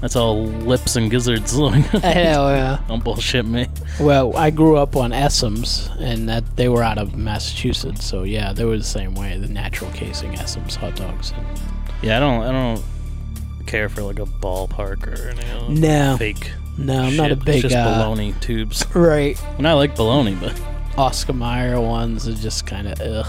That's all lips and gizzards.
I know, yeah.
Don't bullshit me.
Well, I grew up on Essems, and that they were out of Massachusetts, so yeah, they were the same way. The natural casing Essems hot dogs.
Yeah, I don't. I don't care for like a ballpark or any other
No.
fake.
No, I'm not a
shit.
big.
It's just
uh,
baloney tubes.
Right.
And I like baloney, but
Oscar Mayer ones are just kind of ugh.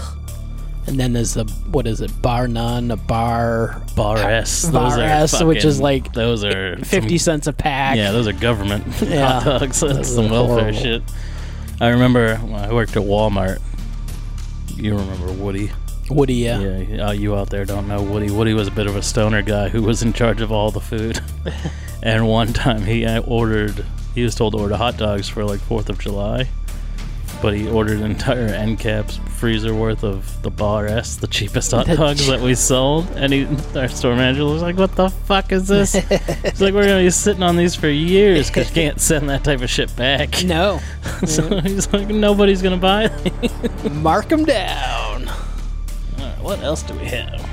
And then there's the what is it? Bar none, a bar
Bar S. Those
Bar
are
S, which is
fucking-
like
those are
fifty cents a pack.
Some, yeah, those are government
Yeah.
hot dogs. That's
Those
some
are
welfare
horrible.
shit. I remember when I worked at Walmart. You remember Woody?
Woody, yeah.
Yeah, uh, you out there don't know Woody. Woody was a bit of a stoner guy who was in charge of all the food. and one time he uh, ordered, he was told to order hot dogs for like 4th of July, but he ordered an entire end caps freezer worth of the Bar S, the cheapest hot
The
dogs
ch-
that we sold. And he, our store manager was like, What the fuck is this? He's like, We're going to be sitting on these for years because you can't send that type of shit back.
No,
so he's like, Nobody's going to buy these.
mark them down.
Alright, what else do we have?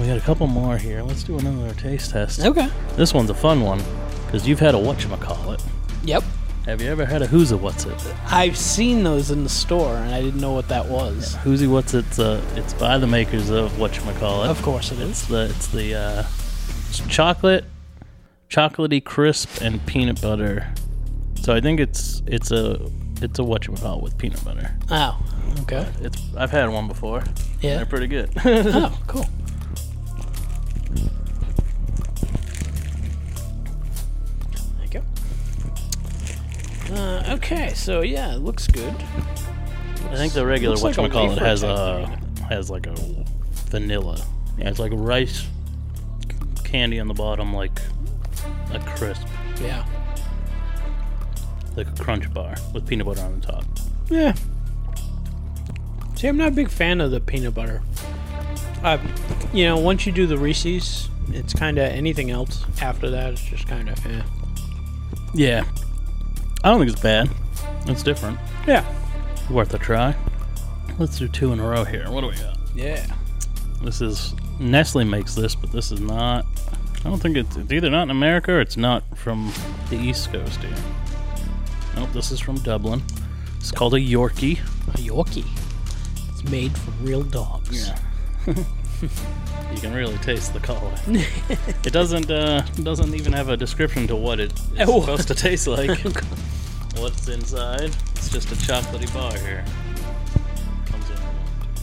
We got a couple more here. Let's do another taste test.
Okay.
This one's a fun one because you've had a whatchamacallit.
Yep.
Have you ever had a Who's a What's It?
I've seen those in the store, and I didn't know what that was.
Who's a What's It's uh, it's by the makers of whatchamacallit.
Of course it
It's
is.
the it's the uh, it's chocolate, chocolatey crisp and peanut butter. So I think it's it's a it's a whatchamacallit with peanut butter.
Oh, okay.
It's I've had one before.
Yeah.
They're pretty good.
Oh, cool. There you go. Uh, okay, so yeah, it looks good.
I think the regular
Looks like a
whatchamacallit
wafer
has
type
a has like a vanilla. Yeah, it's like rice candy on the bottom, like a crisp,
Yeah.
like a crunch bar with peanut butter on the top.
Yeah. See, I'm not a big fan of the peanut butter. Uh, you know, once you do the Reese's, it's kind of anything else after that. It's just kind of eh.
Yeah, I don't think it's bad. It's different.
yeah,
Worth a try. Let's do two in a row here. What do we got?
yeah.
This is Nestle makes this, but this is not. I don't think it's, it's either not in America or it's not from the East Coast here. Nope, this is from Dublin. It's called a Yorkie.
A Yorkie. It's made from real dogs.
Yeah. you can really taste the color. it doesn't uh, doesn't even have a description to what it is
Oh.
supposed to taste like. What's inside? It's just a chocolatey bar here. Comes in one, two,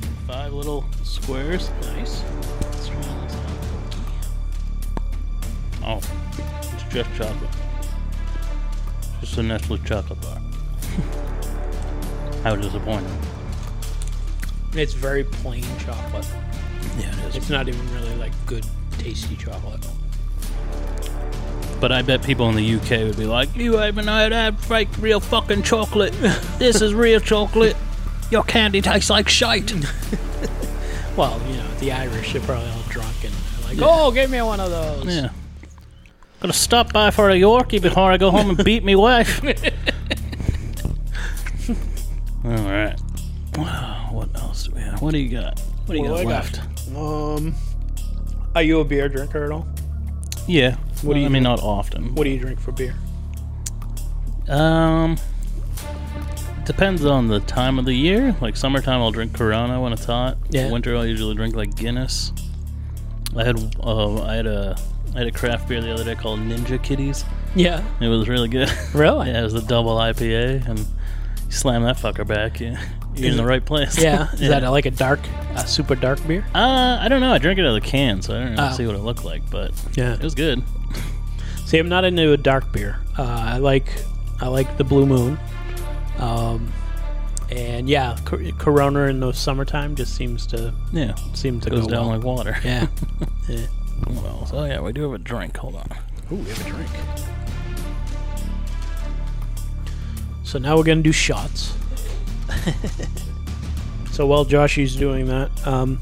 three, five little squares. Nice. Let's try this out. Oh, it's just chocolate. Just a Nestle chocolate bar. How disappointing.
It's very plain chocolate.
Yeah, it is.
It's not even really like good, tasty chocolate.
But I bet people in the UK would be like, "You haven't had that fake real fucking chocolate. This is real chocolate. Your candy tastes like shite."
Well, you know, the Irish are probably all drunk and they're like, oh, give me one of those.
yeah. Gonna stop by for a Yorkie before I go home and beat me wife. All right. Wow. What else do we have? What do you got? What do you
What do
got
I
left?
got? Um, are you a beer drinker at all?
Yeah.
What do
I
you
mean, not often.
What do you drink for beer?
Um, depends on the time of the year. Like summertime, I'll drink Corona when it's hot.
Yeah.
Winter, I'll usually drink like Guinness. I had uh, I had a I had a craft beer the other day called Ninja Kitties.
Yeah.
It was really good.
Really?
yeah, it was the double IPA, and you slam that fucker back. Yeah. You're in the right place.
Yeah. Is
yeah.
that like a dark, a super dark beer?
uh, I don't know. I drank it out of the can, so I don't really
Oh.
see what it looked like, but
Yeah.
it was good.
See, I'm not into a dark beer. Uh, I like, I like the Blue Moon. Um, and yeah, cor- Corona in the summertime just seems to
Yeah,
seem to
goes
go
down
well.
like water.
yeah. yeah.
What else? Oh yeah, we do have a drink. Hold on.
Ooh, we have a drink. So now we're gonna do shots. so while Joshy's doing that, um,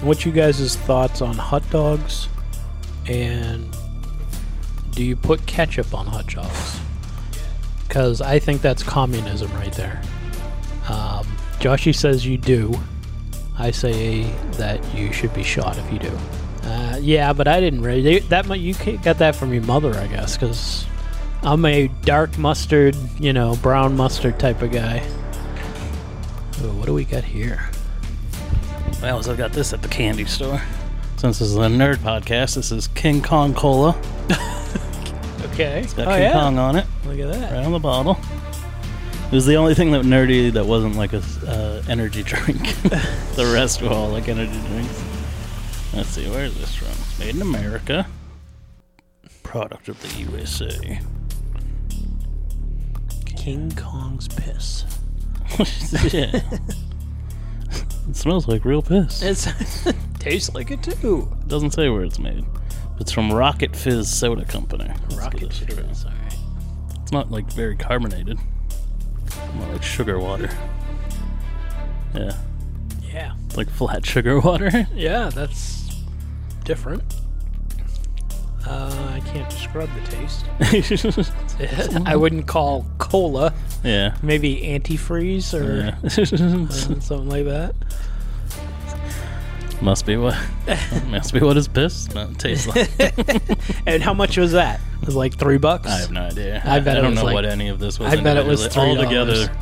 what you guys' thoughts on hot dogs, and do you put ketchup on hot dogs? Because I think that's communism right there. Um, Joshy says you do. I say that you should be shot if you do. Uh, yeah, but I didn't really. They, that mu- you ca- got that from your mother, I guess, because I'm a dark mustard, you know, brown mustard type of guy. Oh, what do we got here?
I also got this at the candy store. Since this is a nerd podcast, this is King Kong Cola.
Okay.
It's got King Kong on it,
Oh, Look at that.
right on the bottle. was the only thing that nerdy that wasn't like a s- uh, energy drink. the rest were all like energy drinks. Let's see, where is this from? Made in America. Product of the USA.
King Kong's piss.
yeah. it smells like real piss. It
It's tastes like it too.
doesn't say where it's made. It's from Rocket Fizz Soda Company. Let's give
Rocket
this a
shit.
try.
All right.
It's not like very carbonated. More like sugar water. Yeah.
Yeah.
It's like flat sugar water.
Yeah, that's different. Uh, I can't describe the taste. I wouldn't call cola.
yeah.
Maybe antifreeze or
Yeah.
uh, something like that.
must be what must be what his piss smell- tastes like.
And how much was that? It was like three bucks.
I have no idea.
I bet it
don't
was
know
like-
what any of this was.
I bet it was
individually.
$3.
altogether.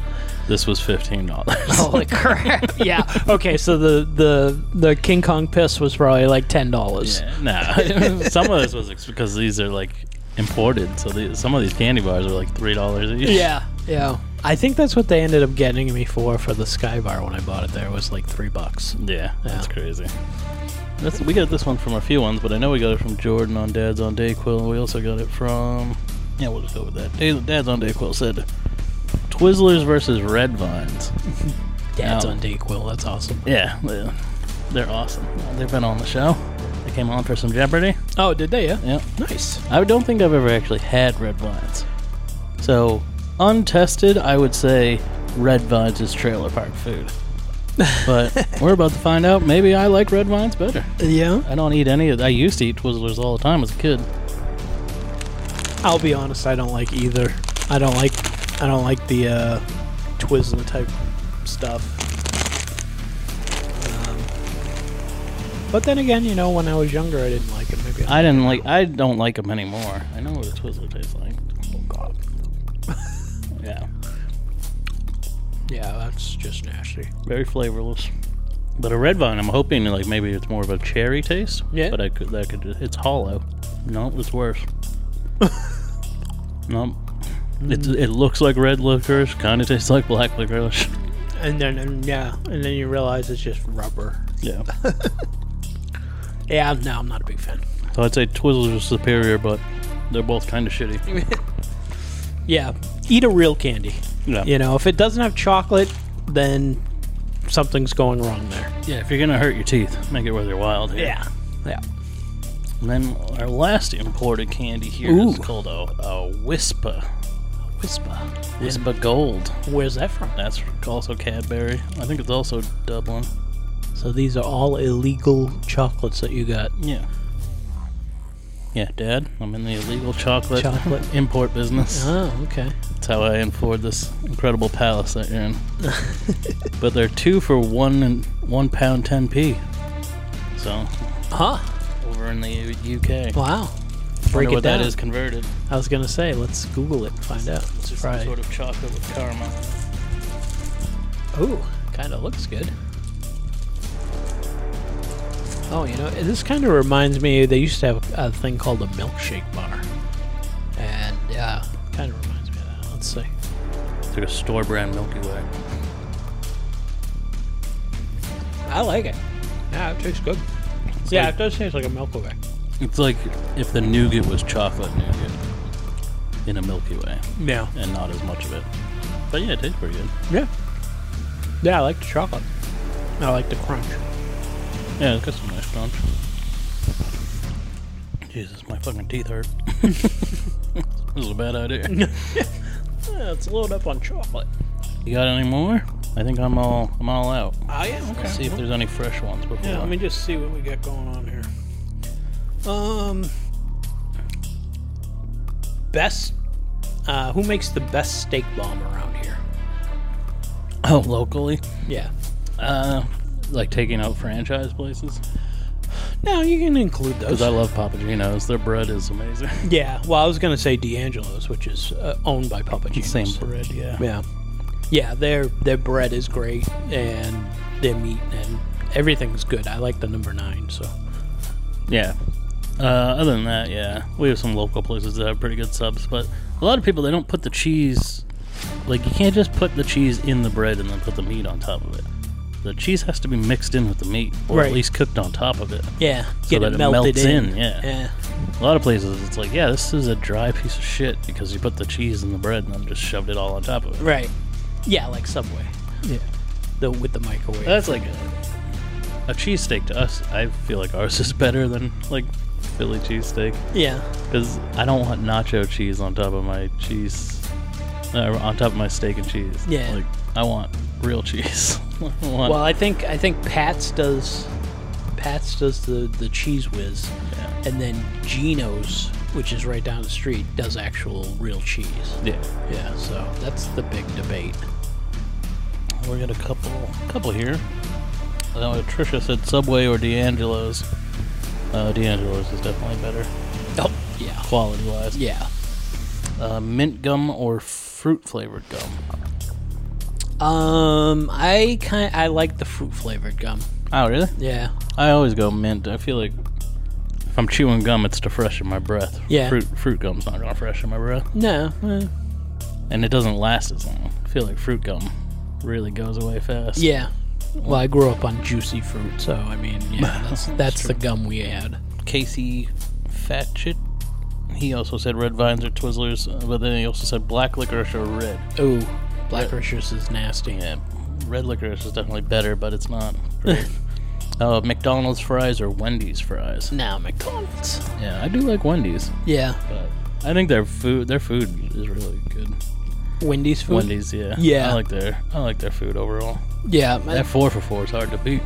This was fifteen dollars.
Holy crap! yeah. Okay, so the the the King Kong piss was probably like ten dollars.
Yeah, no. some of this was ex- because these are like imported, so the some of these candy bars are like three dollars each.
Yeah, yeah. I think that's what they ended up getting me for for the Sky Bar when I bought it. There was like three bucks.
yeah, that's
Yeah.
crazy. That's, we got this one from a few ones, but I know we got it from Jordan on Dad's on Dayquil. and We also got it from yeah, we'll just go with that. Day- Dad's on Dayquil said Twizzlers versus Red Vines.
Dad's
Oh.
on Dayquil. That's awesome.
Yeah, they- they're awesome. They've been on the show. They came on for some Jeopardy.
Oh, did they? Yeah.
Yeah.
Nice.
I don't think I've ever actually had red vines. So, untested, I would say red vines is trailer park food. But we're about to find out. Maybe I like red vines better.
Yeah.
I don't eat any of. I used to eat Twizzlers all the time as a kid.
I'll be honest. I don't like either. I don't like. I don't like the uh, Twizzler type stuff. Um, but then again, you know, when I was younger, I didn't like it. Maybe I,
I didn't like. I don't like them anymore. I know what a Twizzler tastes like.
oh god.
Yeah,
Yeah, that's just nasty.
very flavorless. But a red vine, I'm hoping like maybe it's more of a cherry taste.
Yeah.
But I could that could it's hollow. No, it's worse. no, it it looks like red licorice. Kind of tastes like black licorice.
And then and yeah, and then you realize it's just rubber.
Yeah.
Yeah, no, I'm not a big fan.
so I'd say Twizzlers are superior, but they're both kind of shitty.
Yeah, eat a real candy.
Yeah.
You know, if it doesn't have chocolate, then something's going wrong there.
Yeah. If you're gonna hurt your teeth, make it worth your while. Here.
Yeah.
And then our last imported candy here is
Ooh.
called a, a Whisper.
Whisper.
Whisper Gold.
Where's that from?
That's also Cadbury. I think it's also Dublin.
So these are all illegal chocolates that you got.
Yeah. Yeah, Dad, I'm in the illegal chocolate,
Chocolate.
import business.
Oh, okay.
That's how I afford this incredible palace that you're in. but they're two for one and one pound ten p. So
Huh.
over in the U- UK,
Wow.
Wonder
Break it
what
down.
that is converted.
I was gonna say, let's Google it and find out.
It's
Let's
just
try.
some sort of chocolate with caramel.
Ooh, kind of looks good. Oh, you know, this kind of reminds me. They used to have a thing called a milkshake bar, and yeah, kind of reminds me of that. Let's see.
It's like a store brand Milky Way.
I like it. Yeah, it tastes good. yeah, it does taste like a Milky Way.
It's like if the nougat was chocolate nougat in a Milky Way,
Yeah,
and not as much of it. But yeah, it tastes pretty good.
yeah, yeah. I like the chocolate. I like the crunch.
Yeah, it's got some nice crunch. Jesus, my fucking teeth hurt. this is a bad idea.
Yeah, it's loaded up on chocolate.
You got any more? I think I'm all I'm all out.
Oh yeah, okay.
Let's see if there's any fresh ones before.
Yeah, let me just see what we got going on here. Um, best. Uh, who makes the best steak bomb around here?
oh, locally,
Yeah.
uh, like taking out franchise places
No, you can include those.
because I love Papagenos. Their bread is amazing.
yeah. Well, I was gonna say D'Angelo's, which is uh, owned by Papa Gino's.
Same bread, yeah.
Yeah. Yeah, their their bread is great, and their meat and everything's good. I like the number nine. So.
Yeah. Uh, other than that, yeah, we have some local places that have pretty good subs, but a lot of people they don't put the cheese Like, you can't just put the cheese in the bread and then put the meat on top of it. The cheese has to be mixed in with the meat, or
Right.
at least cooked on top of it.
Yeah, get
that
it
it
melted
melts
in.
in, yeah.
yeah.
A lot of places, it's like, yeah, this is a dry piece of shit because you put the cheese in the bread and then just shoved it all on top of it.
Right. Yeah, like Subway.
Yeah.
The with the microwave.
That's like a, a cheesesteak to us. I feel like ours is better than, like, Philly cheesesteak.
yeah.
Because I don't want nacho cheese on top of my cheese, uh, on top of my steak and cheese.
Yeah.
Like, I want real cheese. I want-
Well, I think I think Pat's does Pat's does the the cheese whiz,
yeah.
and then Gino's, which is right down the street, does actual real cheese.
yeah.
Yeah, so that's the big debate.
We got a couple, couple here. I know Trisha said Subway or D'Angelo's. Uh, D'Angelo's is definitely better,
Oh, yeah,
quality wise.
yeah.
Uh, mint gum or fruit flavored gum.
Um, I kind I like the fruit flavored gum.
Oh, really?
Yeah,
I always go mint. I feel like if I'm chewing gum, it's to freshen my breath.
Yeah.
Fruit, fruit gum's not gonna freshen my breath.
no, eh,
and it doesn't last as long. I feel like fruit gum really goes away fast.
yeah. Well, I grew up on juicy fruit, so I mean, yeah, that's that's the gum we had.
Casey Fatchett, he also said red vines or Twizzlers, uh, but then he also said black licorice or red.
Ooh, black licorice is nasty.
Yeah, red licorice is definitely better, but it's not great. Uh, McDonald's fries or Wendy's fries?
Now McDonald's.
Yeah, I do like Wendy's,
Yeah,
but I think their food their food is really good.
Wendy's food.
Wendy's, yeah, Uh,
Yeah.
I like their I like their food overall.
Yeah,
That four for four is hard to beat.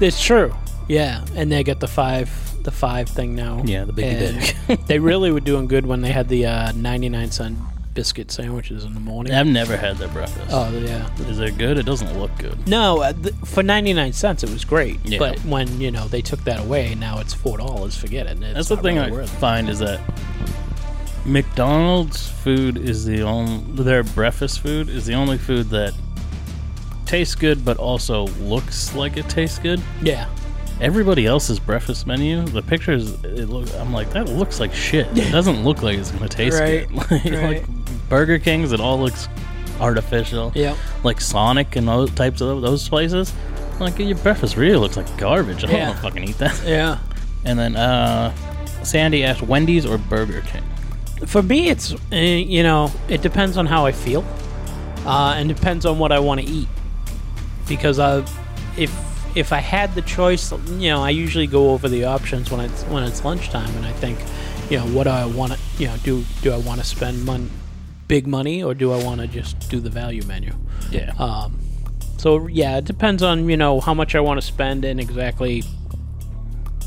It's true. Yeah, and they got the five, the five thing now.
Yeah, the biggie
And
big.
they really were doing good when they had the uh, ninety-nine cent biscuit sandwiches in the morning.
I've never had their breakfast.
Oh yeah.
Is it good? It doesn't look good.
No, uh, th- for ninety-nine cents it was great.
Yeah.
But when you know they took that away, now it's four dollars. Forget it. It's
That's the
not
thing
really
I
worth it.
find is that McDonald's food is the only their breakfast food is the only food that tastes good but also looks like it tastes good.
Yeah.
Everybody else's breakfast menu, the pictures it look I'm like that looks like shit. It doesn't look like it's going to taste
Right,
good. like,
right.
like Burger King's it all looks artificial.
Yep.
Like Sonic and those types of those places. Like your breakfast really looks like garbage. I don't
Yeah.
want to fucking eat that.
Yeah.
And then uh, Sandy asked Wendy's or Burger King.
For me, it's uh, you know it depends on how I feel, uh, and depends on what I want to eat. Because I, if if I had the choice, you know, I usually go over the options when it's when it's lunchtime, and I think, you know, what do I want to you know do do I want to spend mon- big money or do I want to just do the value menu?
Yeah.
Um, so yeah, it depends on you know how much I want to spend and exactly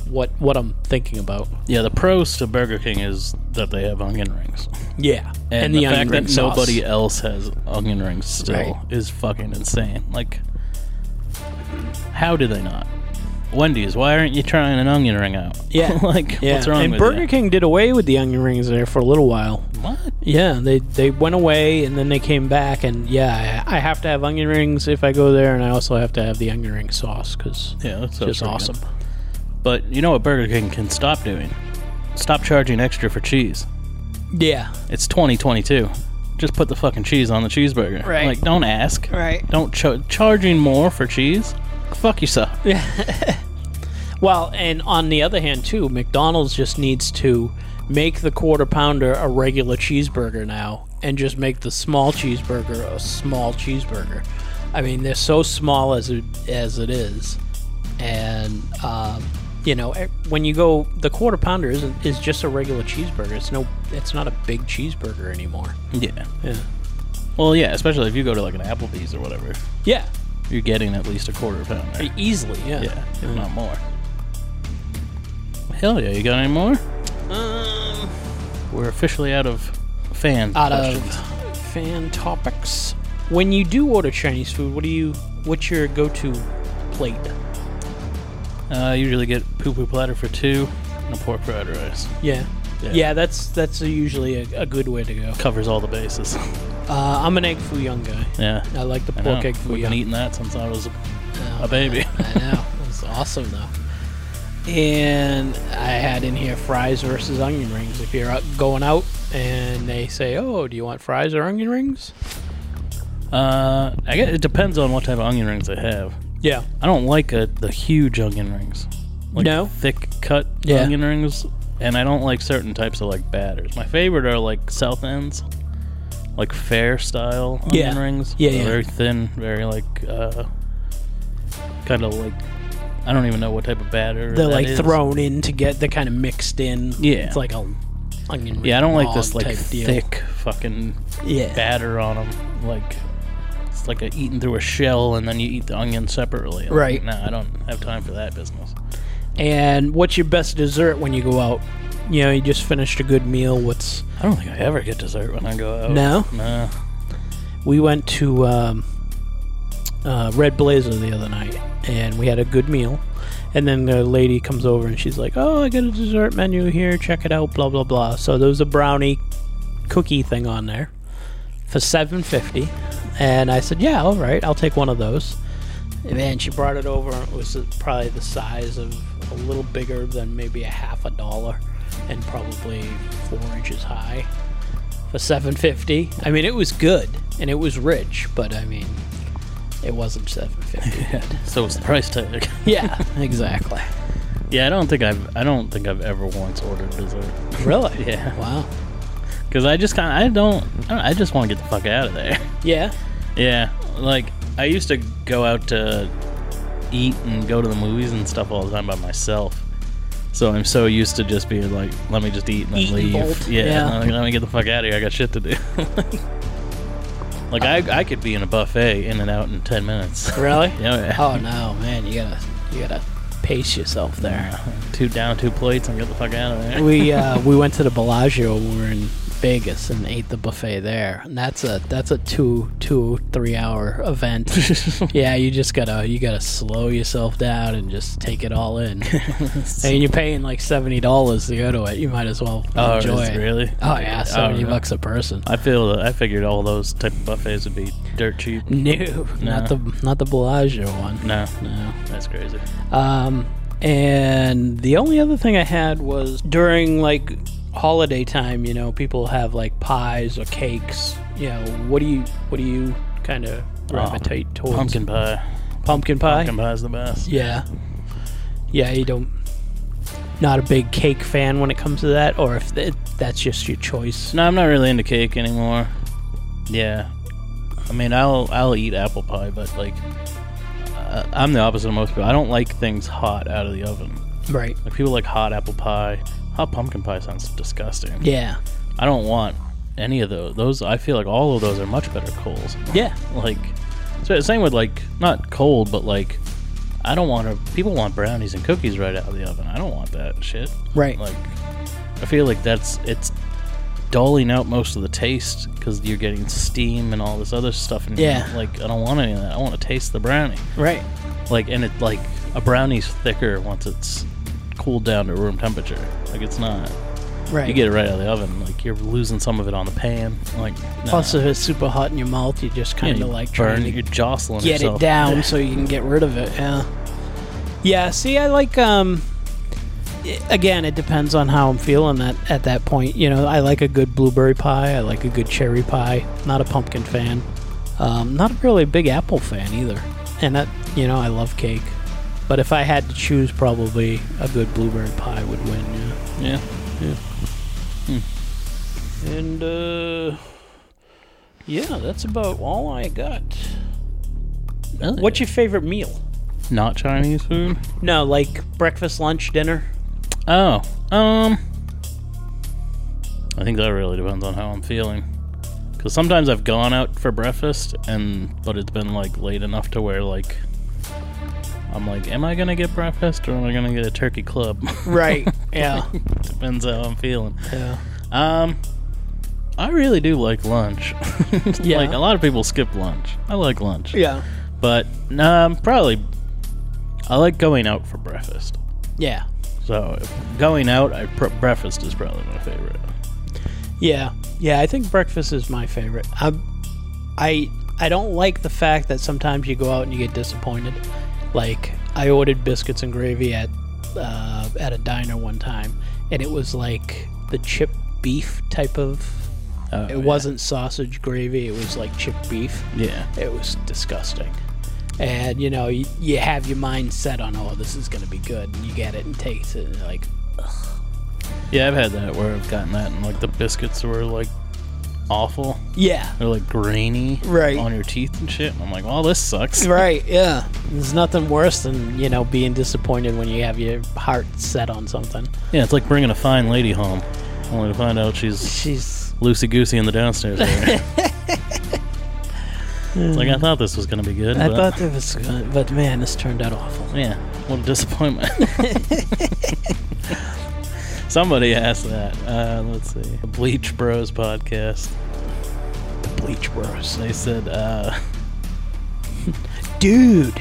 what what I'm thinking about.
yeah, the pros to Burger King is that they have onion rings.
Yeah,
And, the,
onion
fact that
ring sauce.
nobody else has onion rings still
Right.
is fucking insane. Like, how do they not? Wendy's, why aren't you trying an onion ring out?
Yeah.
like,
Yeah.
what's wrong
and
with
Burger
you?
King did away with the onion rings there for a little while.
What?
Yeah, they they went away and then they came back and yeah, I, I have to have onion rings if I go there and I also have to have the onion ring sauce cuz
Yeah, that's
it's
pretty
just
good.
awesome.
But you know what Burger King can stop doing? Stop charging extra for cheese.
Yeah.
It's 2022. Just put the fucking cheese on the cheeseburger.
Right.
Like, don't ask.
Right.
Don't ch- charging more for cheese. Fuck yourself.
Well, and on the other hand too, McDonald's just needs to make the quarter pounder a regular cheeseburger now and just make the small cheeseburger a small cheeseburger. I mean, they're so small as it, as it is. and um, you know e- when you go the quarter pounder is is just a regular cheeseburger it's no it's not a big cheeseburger anymore
Yeah.
yeah
Well, yeah, especially if you go to like an Applebee's or whatever,
yeah
you're getting at least a quarter pounder.
e- easily yeah
Yeah, if not more. Hell yeah, you got any more?
um,
We're officially out of fan
out
questions.
of fan topics when you do order chinese food what do you what's your go-to plate
Uh, I usually get poo poo platter for two and a pork fried rice.
yeah
Yeah.
yeah, that's that's usually a, a good way to go
Covers all the bases.
uh, i'm an egg foo young guy
yeah.
i like the
I know.
pork egg foo
We've been
young
eating that since I was a
Oh,
a baby.
I know. It's awesome though. And I had in here fries versus onion rings. If you're out going out and they say, "Oh, do you want fries or onion rings?"
Uh, I guess it depends on what type of onion rings they have.
Yeah.
I don't like uh the huge onion rings. Like
No?
thick cut
Yeah.
onion rings, and I don't like certain types of like batters. My favorite are like South ends, like fair style
Yeah.
onion rings.
Yeah,
They're
yeah.
Very thin, very like uh, kind of like I don't even know what type of batter.
They're
that
like
is.
thrown in to get they're kind of mixed in.
Yeah.
It's like a onion.
Yeah, I don't like this
log
like
type deal.
thick fucking
Yeah.
batter on them. Like it's like a eating through a shell, and then you eat the onion separately. Like,
Right.
No, I don't have time for that business.
And what's your best dessert when you go out? You know, you just finished a good meal. What's
I don't think I ever get dessert when I go out.
No?
No.
we went to um, uh, Red Blazer the other night, and we had a good meal. And then the lady comes over and she's like, "Oh, I got a dessert menu here. Check it out." Blah blah blah. So there was a brownie cookie thing on there for seven fifty, and I said, "Yeah, all right, I'll take one of those." And then she brought it over. It was probably the size of a little bigger than maybe a half a dollar, and probably four inches high for 750 i mean it was good and it was rich but i mean it wasn't 750
So it's the price tag.
yeah exactly
yeah, I don't think I've I don't think I've ever once ordered dessert.
really
Yeah.
wow
Because I just kind of I don't I, don't, I just want to get the fuck out of there.
yeah
yeah. Like I used to go out to eat and go to the movies and stuff all the time by myself. So I'm so used to just being like, let me just eat and then
Eat and
leave.
bolt.
Yeah,
Yeah.
Like, let me get the fuck out of here. I got shit to do. like I, I could be in a buffet in and out in ten minutes.
really
yeah.
oh no man you gotta you gotta pace yourself there
Two down, two plates, and get the fuck out of there.
we uh we went to the bellagio when we were in vegas and ate the buffet there and that's a that's a two two three hour event yeah you just gotta you gotta slow yourself down and just take it all in and you're paying like seventy dollars to go to it. You might as well
Oh, is
enjoy
it
it.
really?
Oh yeah, seventy
no.
bucks a person.
I feel that I figured all those type of buffets would be dirt cheap.
No,
No.
not the not the Bellagio one.
No,
No.
that's crazy.
Um, and the only other thing I had was during like holiday time. You know, people have like pies or cakes. You know, what do you what do you kind of gravitate towards?
Um, Pumpkin pie.
pumpkin pie.
Pumpkin pie's the best.
Yeah. Yeah, you don't. Not a big cake fan when it comes to that, or if th- that's just your choice.
No, I'm not really into cake anymore. Yeah, I mean, I'll I'll eat apple pie, but like, uh, I'm the opposite of most people. I don't like things hot out of the oven.
Right.
Like people like hot apple pie. Hot pumpkin pie sounds disgusting.
Yeah.
I don't want any of those. Those I feel like all of those are much better coals.
Yeah.
Like, so same with like not cold, but like, I don't want to. People want brownies and cookies right out of the oven. I don't want that shit.
Right.
Like, I feel like that's it's dulling out most of the taste because you're getting steam and all this other stuff. And
Yeah.
Like, I don't want any of that. I want to taste the brownie.
Right.
Like, and it like a brownie's thicker once it's cooled down to room temperature. Like, it's not.
Right.
You get it right out of the oven. Like you're losing some of it on the pan. Like nah.
Plus, uh, if it's super hot in your mouth, you're just
You
kind
know,
of
you
like
burn,
trying
you're
to
jostling
get
yourself.
it down so you can get rid of it. Yeah. Yeah. See, I like. um i- Again, it depends on how I'm feeling that at that point. You know, I like a good blueberry pie. I like a good cherry pie. Not a pumpkin fan. Um, not really a big apple fan either. And that, you know, I love cake. But if I had to choose, probably a good blueberry pie would win. Yeah.
Yeah.
And uh yeah, that's about all I got.
Really?
What's your favorite meal?
Not Chinese food?
No, like breakfast, lunch, dinner.
Oh. Um. I think that really depends on how I'm feeling. Cause sometimes I've gone out for breakfast and but it's been like late enough to where like I'm like, am I gonna get breakfast or am I gonna get a turkey club?
Right. Yeah.
depends how I'm feeling.
yeah.
Um, I really do like lunch.
Yeah.
Like a lot of people skip lunch. I like lunch.
Yeah.
But um, probably I like going out for breakfast.
Yeah.
So if going out, I pr- breakfast is probably my favorite.
Yeah. Yeah, I think breakfast is my favorite. I I I don't like the fact that sometimes you go out and you get disappointed. Like I ordered biscuits and gravy at uh, at a diner one time and it was like the chip beef type of
Oh,
it
yeah.
wasn't sausage gravy. It was like chipped beef.
Yeah.
It was disgusting. And you know, you, you have your mind set on, oh, this is gonna be good, and you get it and taste it, and you're like,
Yeah, I've had that where I've gotten that and like the biscuits were like awful.
yeah,
They're like grainy
Right.
on your teeth and shit. And I'm like, well, this sucks.
right, yeah. There's nothing worse than you know being disappointed when you have your heart set on something.
Yeah, it's like bringing a fine lady home, only to find out she's
She's
loosey goosey in the downstairs area. it's like I thought this was gonna be good.
I
but
thought that was good, but man, this turned out awful.
Yeah, what a disappointment. Somebody asked that. Uh, let's see. The Bleach Bros podcast.
Bleach Bros.
They said uh,
Dude,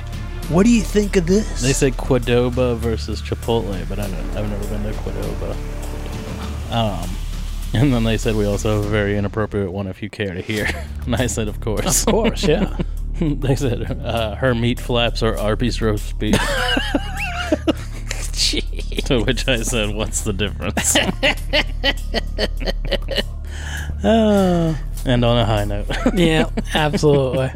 what do you think of this?
they said Quidoba versus Chipotle, but I don't. I've never been to Quidoba. Um, and then they said we also have a very inappropriate one if you care to hear. And I said, of course.
of course, yeah.
they said uh, her meat flaps are Arby's roast beef.
Gee.
To which I said, "What's the difference?" Oh, and on a high note,
Yeah, absolutely.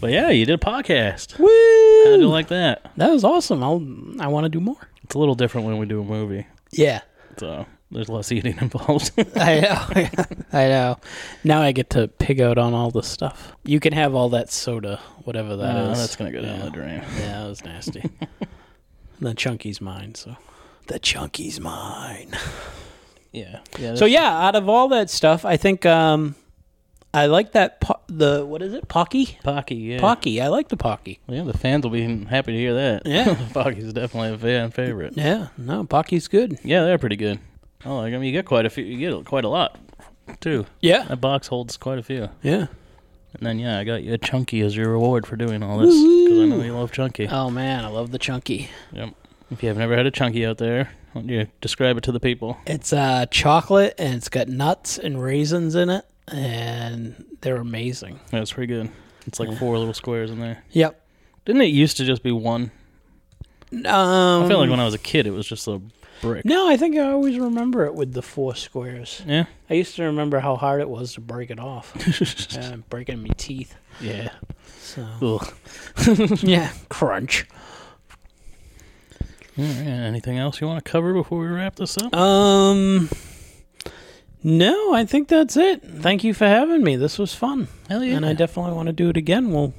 but yeah, you did a podcast. How
Woo!
do you like that?
that was awesome. I'll, I want to do more.
It's a little different when we do a movie,
Yeah,
so there's less eating involved.
I know. I know. Now I get to pig out on all this stuff. You can have all that soda, whatever that
Uh,
is.
that's gonna go down
yeah.
the drain.
Yeah, that was nasty. the chunky's mine. So the chunky's mine.
Yeah, yeah.
So yeah, out of all that stuff, I think um, I like that po- the what is it? Pocky?
Pocky, yeah,
Pocky. I like the Pocky.
yeah. The fans will be happy to hear that.
Yeah.
Pocky's definitely a fan favorite.
Yeah, no, Pocky's good.
Yeah, they're pretty good. I like them. You get quite a few. You get quite a lot, too.
Yeah.
That box holds quite a few.
Yeah.
And then yeah, I got you a chunky as your reward for doing all this because I know you love chunky.
Oh man, I love the chunky.
Yep. If you have never had a chunky out there, why don't you describe it to the people?
It's uh chocolate and it's got nuts and raisins in it and they're amazing.
That's pretty good. It's like four little squares in there.
Yep.
Didn't it used to just be one? I
Um
feel like when I was a kid, it was just a brick.
No, I think I always remember it with the four squares.
Yeah.
I used to remember how hard it was to break it off. yeah, breaking my teeth.
Yeah.
So
Ugh.
yeah, crunch.
All right, Anything else you want to cover before we wrap this up?
Um No, I think that's it. Thank you for having me. This was fun.
Hell yeah.
And I definitely want to do it again. We'll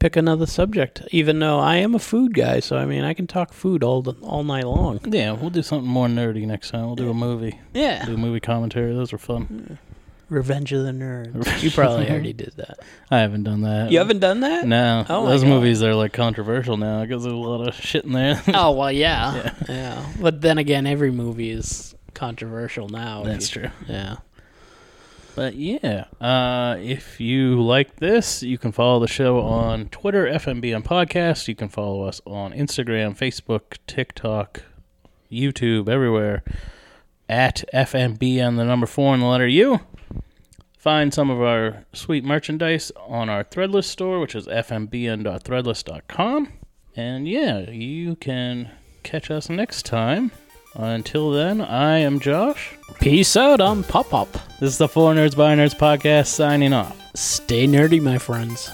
pick another subject, even though I am a food guy. So I mean, I can talk food all the, all night long.
yeah, we'll do something more nerdy next time. We'll do a movie. Do
Yeah,
a movie commentary. Those were fun.
Revenge of the Nerds. You probably already did that.
I haven't done that.
You haven't done that?
No.
Oh my
those
God.
movies are like controversial now because there's a lot of shit in there.
Oh well, yeah. yeah, But then again, every movie is controversial now. if
That's
you-
true.
Yeah.
But yeah, uh, if you like this, you can follow the show on Twitter, FMBM Podcast. You can follow us on Instagram, Facebook, TikTok, YouTube, everywhere at FMBM, the number four and the letter U. Find some of our sweet merchandise on our Threadless store, which is fmbn.threadless.com. And yeah, you can catch us next time. Until then, I am Josh.
Peace out. I'm Pop Pop.
This is the Four Nerds by Nerds podcast signing off.
Stay nerdy, my friends.